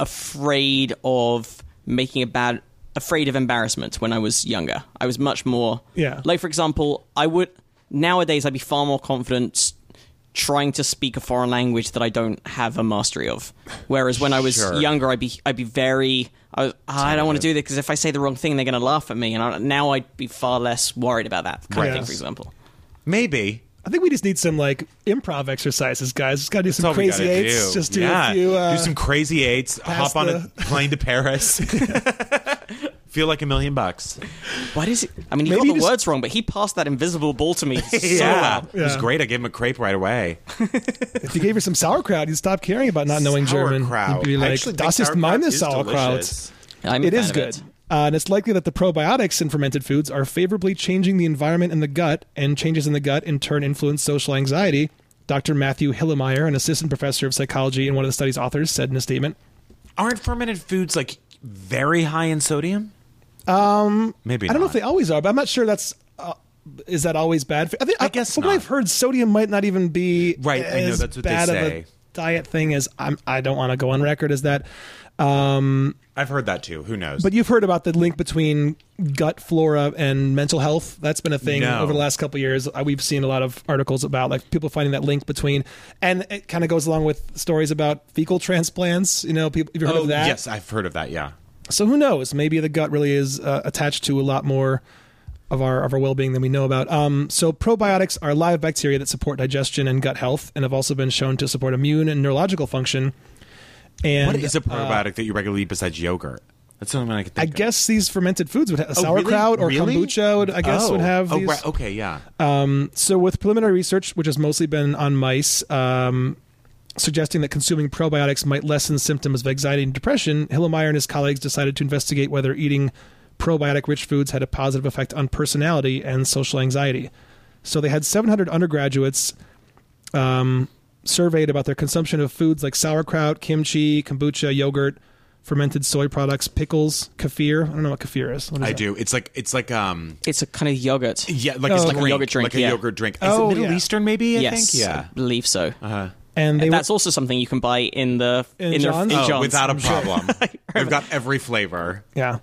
C: afraid of making a bad, afraid of embarrassment when I was younger. I was much more,
B: Yeah.
C: Like for example, I would nowadays I'd be far more confident s- trying to speak a foreign language that I don't have a mastery of. Whereas when I was
A: Sure.
C: younger, I'd be I'd be very. I, was, "Ah, I don't want to do this because if I say the wrong thing, they're going to laugh at me. And I, now I'd be far less worried about that kind of thing,
B: Yes.
C: for example.
A: Maybe.
B: I think we just need some like improv exercises, guys. Just got to do
A: That's all
B: some
A: we
B: crazy
A: gotta
B: eights.
A: do.
B: Just do
A: yeah.
B: a few. Uh,
A: do some crazy eights. Hop on
B: the-
A: a plane to Paris. Feel like a million bucks.
C: Why does it? I mean, you
B: Maybe
C: got the
B: you just-
C: words wrong, but he passed that invisible ball to me so
A: yeah.
C: well.
A: It was
B: Yeah.
A: great. I gave him a crepe right away.
B: if you gave her some sauerkraut, you'd stop caring about not knowing German.
A: Sauerkraut.
B: You'd be
A: I
B: like,
A: actually think
B: "Das ist
A: sauerkraut
B: meine
A: is
B: Sauerkraut."
A: delicious.
C: I'm a
B: It
C: fan
B: is
C: of
B: good.
C: it.
B: Uh, and it's likely that the probiotics in fermented foods are favorably changing the environment in the gut, and changes in the gut in turn influence social anxiety. Dr. Matthew Hillemeyer, an assistant professor of psychology and one of the study's authors, said in a statement.
A: Aren't fermented foods like very high in sodium? Um, maybe
B: I don't know
A: not.
B: if they always are, but I'm not sure that's. Uh, is that always bad? For, I, think,
A: I guess
B: from
A: not.
B: what I've heard, sodium might not even be
A: Right, I know,
B: as
A: that's what they
B: bad of a
A: say.
B: diet thing as I'm. I don't want to go on record as that.
A: I've heard that too. Who knows?
B: But you've heard about the link between gut flora and mental health. That's been a thing
A: No.
B: over the last couple of years. Uh, We've seen a lot of articles about like people finding that link between, and it kind of goes along with stories about fecal transplants. You know, people have you heard
A: oh,
B: of that?
A: yes, I've heard of that. Yeah.
B: So who knows? Maybe the gut really is uh, attached to a lot more of our of our well being than we know about. Um, so probiotics are live bacteria that support digestion and gut health, and have also been shown to support immune and neurological function. And
A: What is a
B: uh,
A: probiotic that you regularly eat besides yogurt? That's something I can
B: I
A: think of.
B: guess these fermented foods would have
A: Oh, really?
B: sauerkraut or
A: Really?
B: kombucha. Would, I guess
A: oh.
B: would have
A: Oh,
B: these.
A: right. Okay, yeah.
B: So with preliminary research, which has mostly been on mice, um, suggesting that consuming probiotics might lessen symptoms of anxiety and depression, Hillemeyer and his colleagues decided to investigate whether eating probiotic-rich foods had a positive effect on personality and social anxiety. So they had 700 undergraduates um, surveyed about their consumption of foods like sauerkraut, kimchi, kombucha, yogurt, fermented soy products, pickles, kefir. I don't know what kefir is. What is
A: I
B: that?
A: do. It's like it's like um
C: It's a kind of yogurt.
A: yeah like it's
B: Oh,
A: like
C: like a
A: a
C: yogurt drink,
A: like a
C: yeah.
A: yogurt drink. Is
B: Oh,
A: it Middle
B: yeah.
A: Eastern maybe? I
C: yes,
A: think. Yeah.
C: I believe so.
B: And Uh-huh. they were-
C: That's also something you can buy in the
B: In
C: in, their-
B: John's?
C: in
B: Oh,
A: Oh,
C: John's.
A: without a problem. They've got every flavor.
B: Yeah.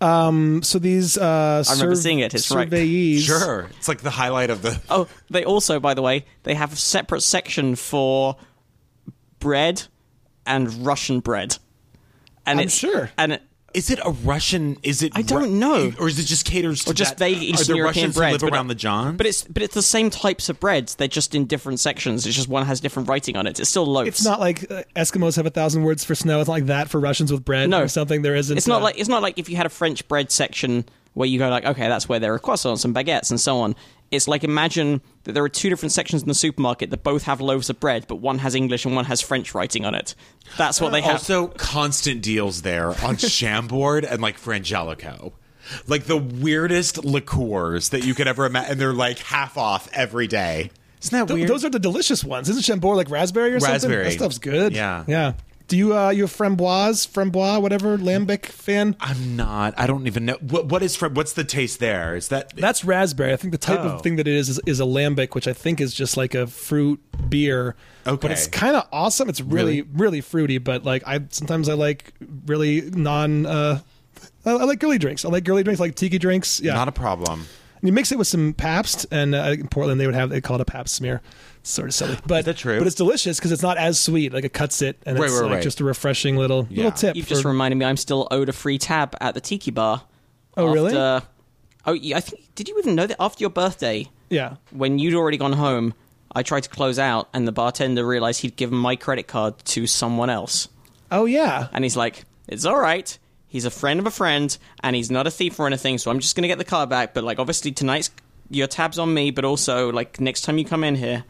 B: Um, so these uh, I
C: remember seeing it, it's right.
B: surveyees.
A: Sure. It's like the highlight of the
C: Oh, they also, by the way, they have a separate section for bread and Russian bread. And
B: I'm
C: it's,
B: sure.
C: And it,
A: Is it a Russian? Is it?
C: I don't know.
A: Or is it just caters to
C: or just
A: that-
C: vague Eastern
A: are there
C: European
A: Russians
C: breads,
A: who live
C: but-
A: around the John?
C: But it's but it's the same types of breads. They're just in different sections. It's just one has different writing on it. It's still loaves.
B: It's not like uh, Eskimos have a thousand words for snow. It's not like that for Russians with bread
C: No.
B: or something. There isn't.
C: It's not
B: uh,
C: like it's not like if you had a French bread section where you go like, okay, that's where there are croissants and baguettes and so on. It's like imagine that there are two different sections in the supermarket that both have loaves of bread, but one has English and one has French writing on it. That's what they
B: Oh,
C: have.
A: also constant deals there on Shamboard and like Frangelico. Like the weirdest liqueurs that you could ever imagine, and they're like half off every day. Isn't that
B: th-
A: weird?
B: those are the delicious ones. Isn't Chambord like raspberry or something?
A: Raspberry.
B: That stuff's good.
A: Yeah.
B: Yeah. Do you uh you a framboise, framboise, whatever lambic fan?
A: I'm not. I don't even know what, what is. Fra- what's the taste there? Is that
B: That's raspberry. I think the type
A: Oh.
B: of thing that it is, is is a lambic, which I think is just like a fruit beer.
A: Okay.
B: But it's kind of awesome. It's really, really
A: Really?
B: fruity. But like I sometimes I like really non. uh I, I like girly drinks. I like girly drinks, I like tiki drinks. Yeah.
A: not a problem?
B: you mix it with some Pabst, and uh, in Portland they would have they call it a Pabst smear. It's sort of silly, but
A: that true?
B: But it's delicious because it's not as sweet. Like it cuts it, and
A: Right,
B: it's
A: right,
B: like
A: right.
B: just a refreshing little
A: Yeah.
B: little tip.
C: You've
B: for-
C: just reminded me I'm still owed a free tab at the Tiki Bar.
B: Oh, really?
C: after- Oh, yeah, I think. Did you even know that after your birthday,
B: yeah.
C: when you'd already gone home, I tried to close out, and the bartender realized he'd given my credit card to someone else.
B: Oh yeah.
C: And he's like, it's all right. He's a friend of a friend, and he's not a thief or anything, so I'm just going to get the car back. But, like, obviously, tonight's your tab's on me, but also, like, next time you come in here,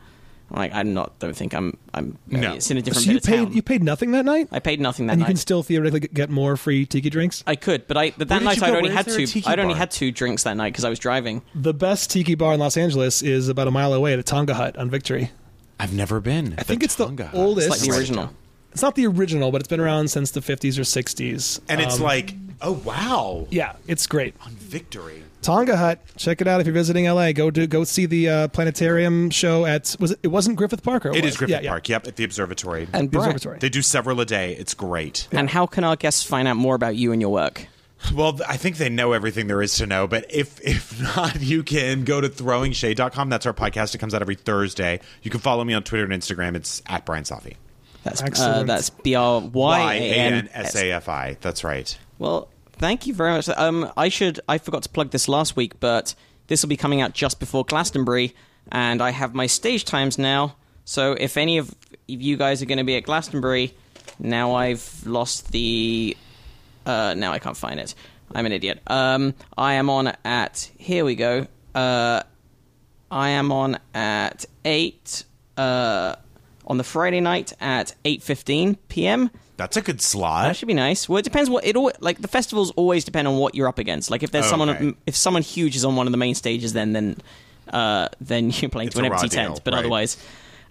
C: I'm like, I'm not, don't think I'm, I'm,
A: No.
C: it's in a different
B: So
C: bit
B: you
C: of
B: paid
C: town.
B: you paid nothing that night,
C: I paid nothing that
B: and you
C: night.
B: can still theoretically g- get more free tiki drinks.
C: I could, but I, but that
A: did
C: night
A: you
C: I'd
A: go?
C: only
A: Where
C: had
A: is there a
C: two,
A: tiki
C: I'd only
A: bar?
C: had two drinks that night because I was driving.
B: The best tiki bar in Los Angeles is about a mile away at a Tonga Hut on Victory.
A: I've never been.
B: I think it's the
A: Tonga.
B: oldest.
C: It's like the original.
B: It's not the original, but it's been around since the 50s or 60s.
A: and it's
B: Um,
A: like oh wow,
B: yeah, it's great.
A: victory.
B: Tonga Hut. Check it out if you're visiting LA. Go do go see the uh, planetarium show at was it? It wasn't Griffith Park. Or
A: It
B: was?
A: is Griffith
B: Yeah, yeah.
A: Park. Yep, at the observatory.
C: And
B: The
C: Brett,
B: observatory.
A: They do several a day. It's great.
C: And how can our guests find out more about you and your work?
A: Well, th- I think they know everything there is to know, but if if not, you can go to throwingshade.com. That's our podcast. It comes out every Thursday. You can follow me on Twitter and Instagram. It's at Brian Safi.
C: That's uh,
B: Excellent.
C: that's B R Y
A: Y
C: A
A: A
C: N
A: N S A F I. That's right.
C: Well, thank you very much. Um, I should I forgot to plug this last week, but this will be coming out just before Glastonbury, and I have my stage times now. So if any of if you guys are going to be at Glastonbury, now I've lost the. Uh, now I can't find it. I'm an idiot. Um, I am on at here we go. Uh, I am on at eight. Uh, on the Friday night at 8:15 p.m.
A: That's a good
C: That
A: slot.
C: should be nice. Well, it depends what it all like. The festivals always depend on what you're up against. Like if there's
A: Okay.
C: someone, if someone huge is on one of the main stages, then then uh, then you're playing
A: It's
C: to an
A: a raw
C: empty
A: deal,
C: tent. But
A: right.
C: otherwise,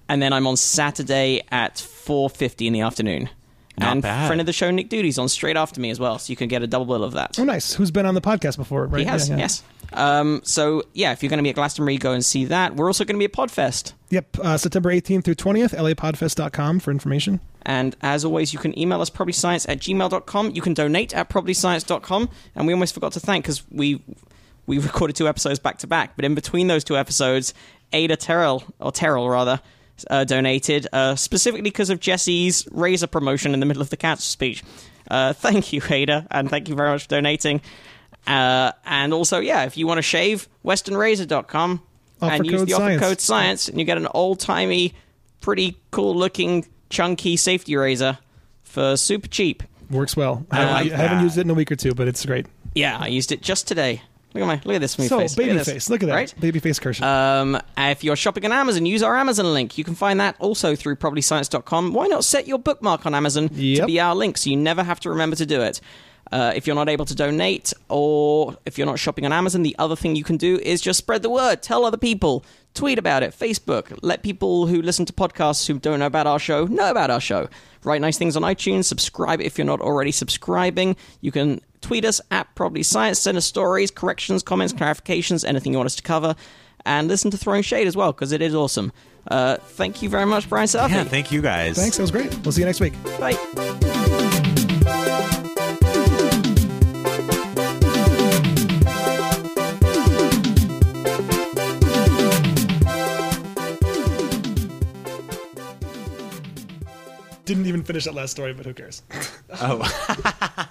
C: and then I'm on Saturday at 4:50 in the afternoon.
A: Not
C: and
A: bad.
C: friend of the show Nick Duty's on straight after me as well, so you can get a double bill of that.
B: Oh, nice. Who's been on the podcast before? Right?
C: He has,
B: Yeah, yeah.
C: yes. Um, so yeah, if you're going to be at Glastonbury, go and see that. We're also going to be at Podfest.
B: Yep. Uh, September 18th through 20th, lapodfest.com for information.
C: And as always, you can email us probablyscience at gmail.com. You can donate at probablyscience.com. And we almost forgot to thank because we we recorded two episodes back to back. But in between those two episodes, Ada Terrell, or Terrell rather, uh, donated uh, specifically because of Jesse's razor promotion in the middle of the council speech. Uh, thank you, Ada, and thank you very much for donating. Uh, and also, yeah, if you want to shave, westernrazor.com
B: Offer
C: and use
B: code
C: the offer
B: science.
C: code science, and you get an old timey, pretty cool looking, chunky safety razor for super cheap.
B: Works well. I,
A: like
B: I haven't
A: that.
B: used it in a week or two, but it's great.
C: Yeah, I used it just today. Look at my look at this smooth
B: So,
C: face.
B: baby
C: look at this.
B: face. Look at that.
C: Right?
B: Baby face Kershaw.
C: Um, if you're shopping on Amazon, use our Amazon link. You can find that also through probablyscience.com. Why not set your bookmark on Amazon to
B: Yep.
C: be our link so you never have to remember to do it? Uh, if you're not able to donate or if you're not shopping on Amazon, the other thing you can do is just spread the word. Tell other people. Tweet about it. Facebook. Let people who listen to podcasts who don't know about our show know about our show. Write nice things on iTunes. Subscribe if you're not already subscribing. You can tweet us at Probably Science. Send us stories, corrections, comments, clarifications, anything you want us to cover and listen to Throwing Shade as well because it is awesome. Uh, thank you very much, Brian Sarfi.
A: Yeah, thank you guys.
B: Thanks. That was great. We'll see you next week.
C: Bye.
B: Didn't even finish that last story, but who cares?
A: Oh.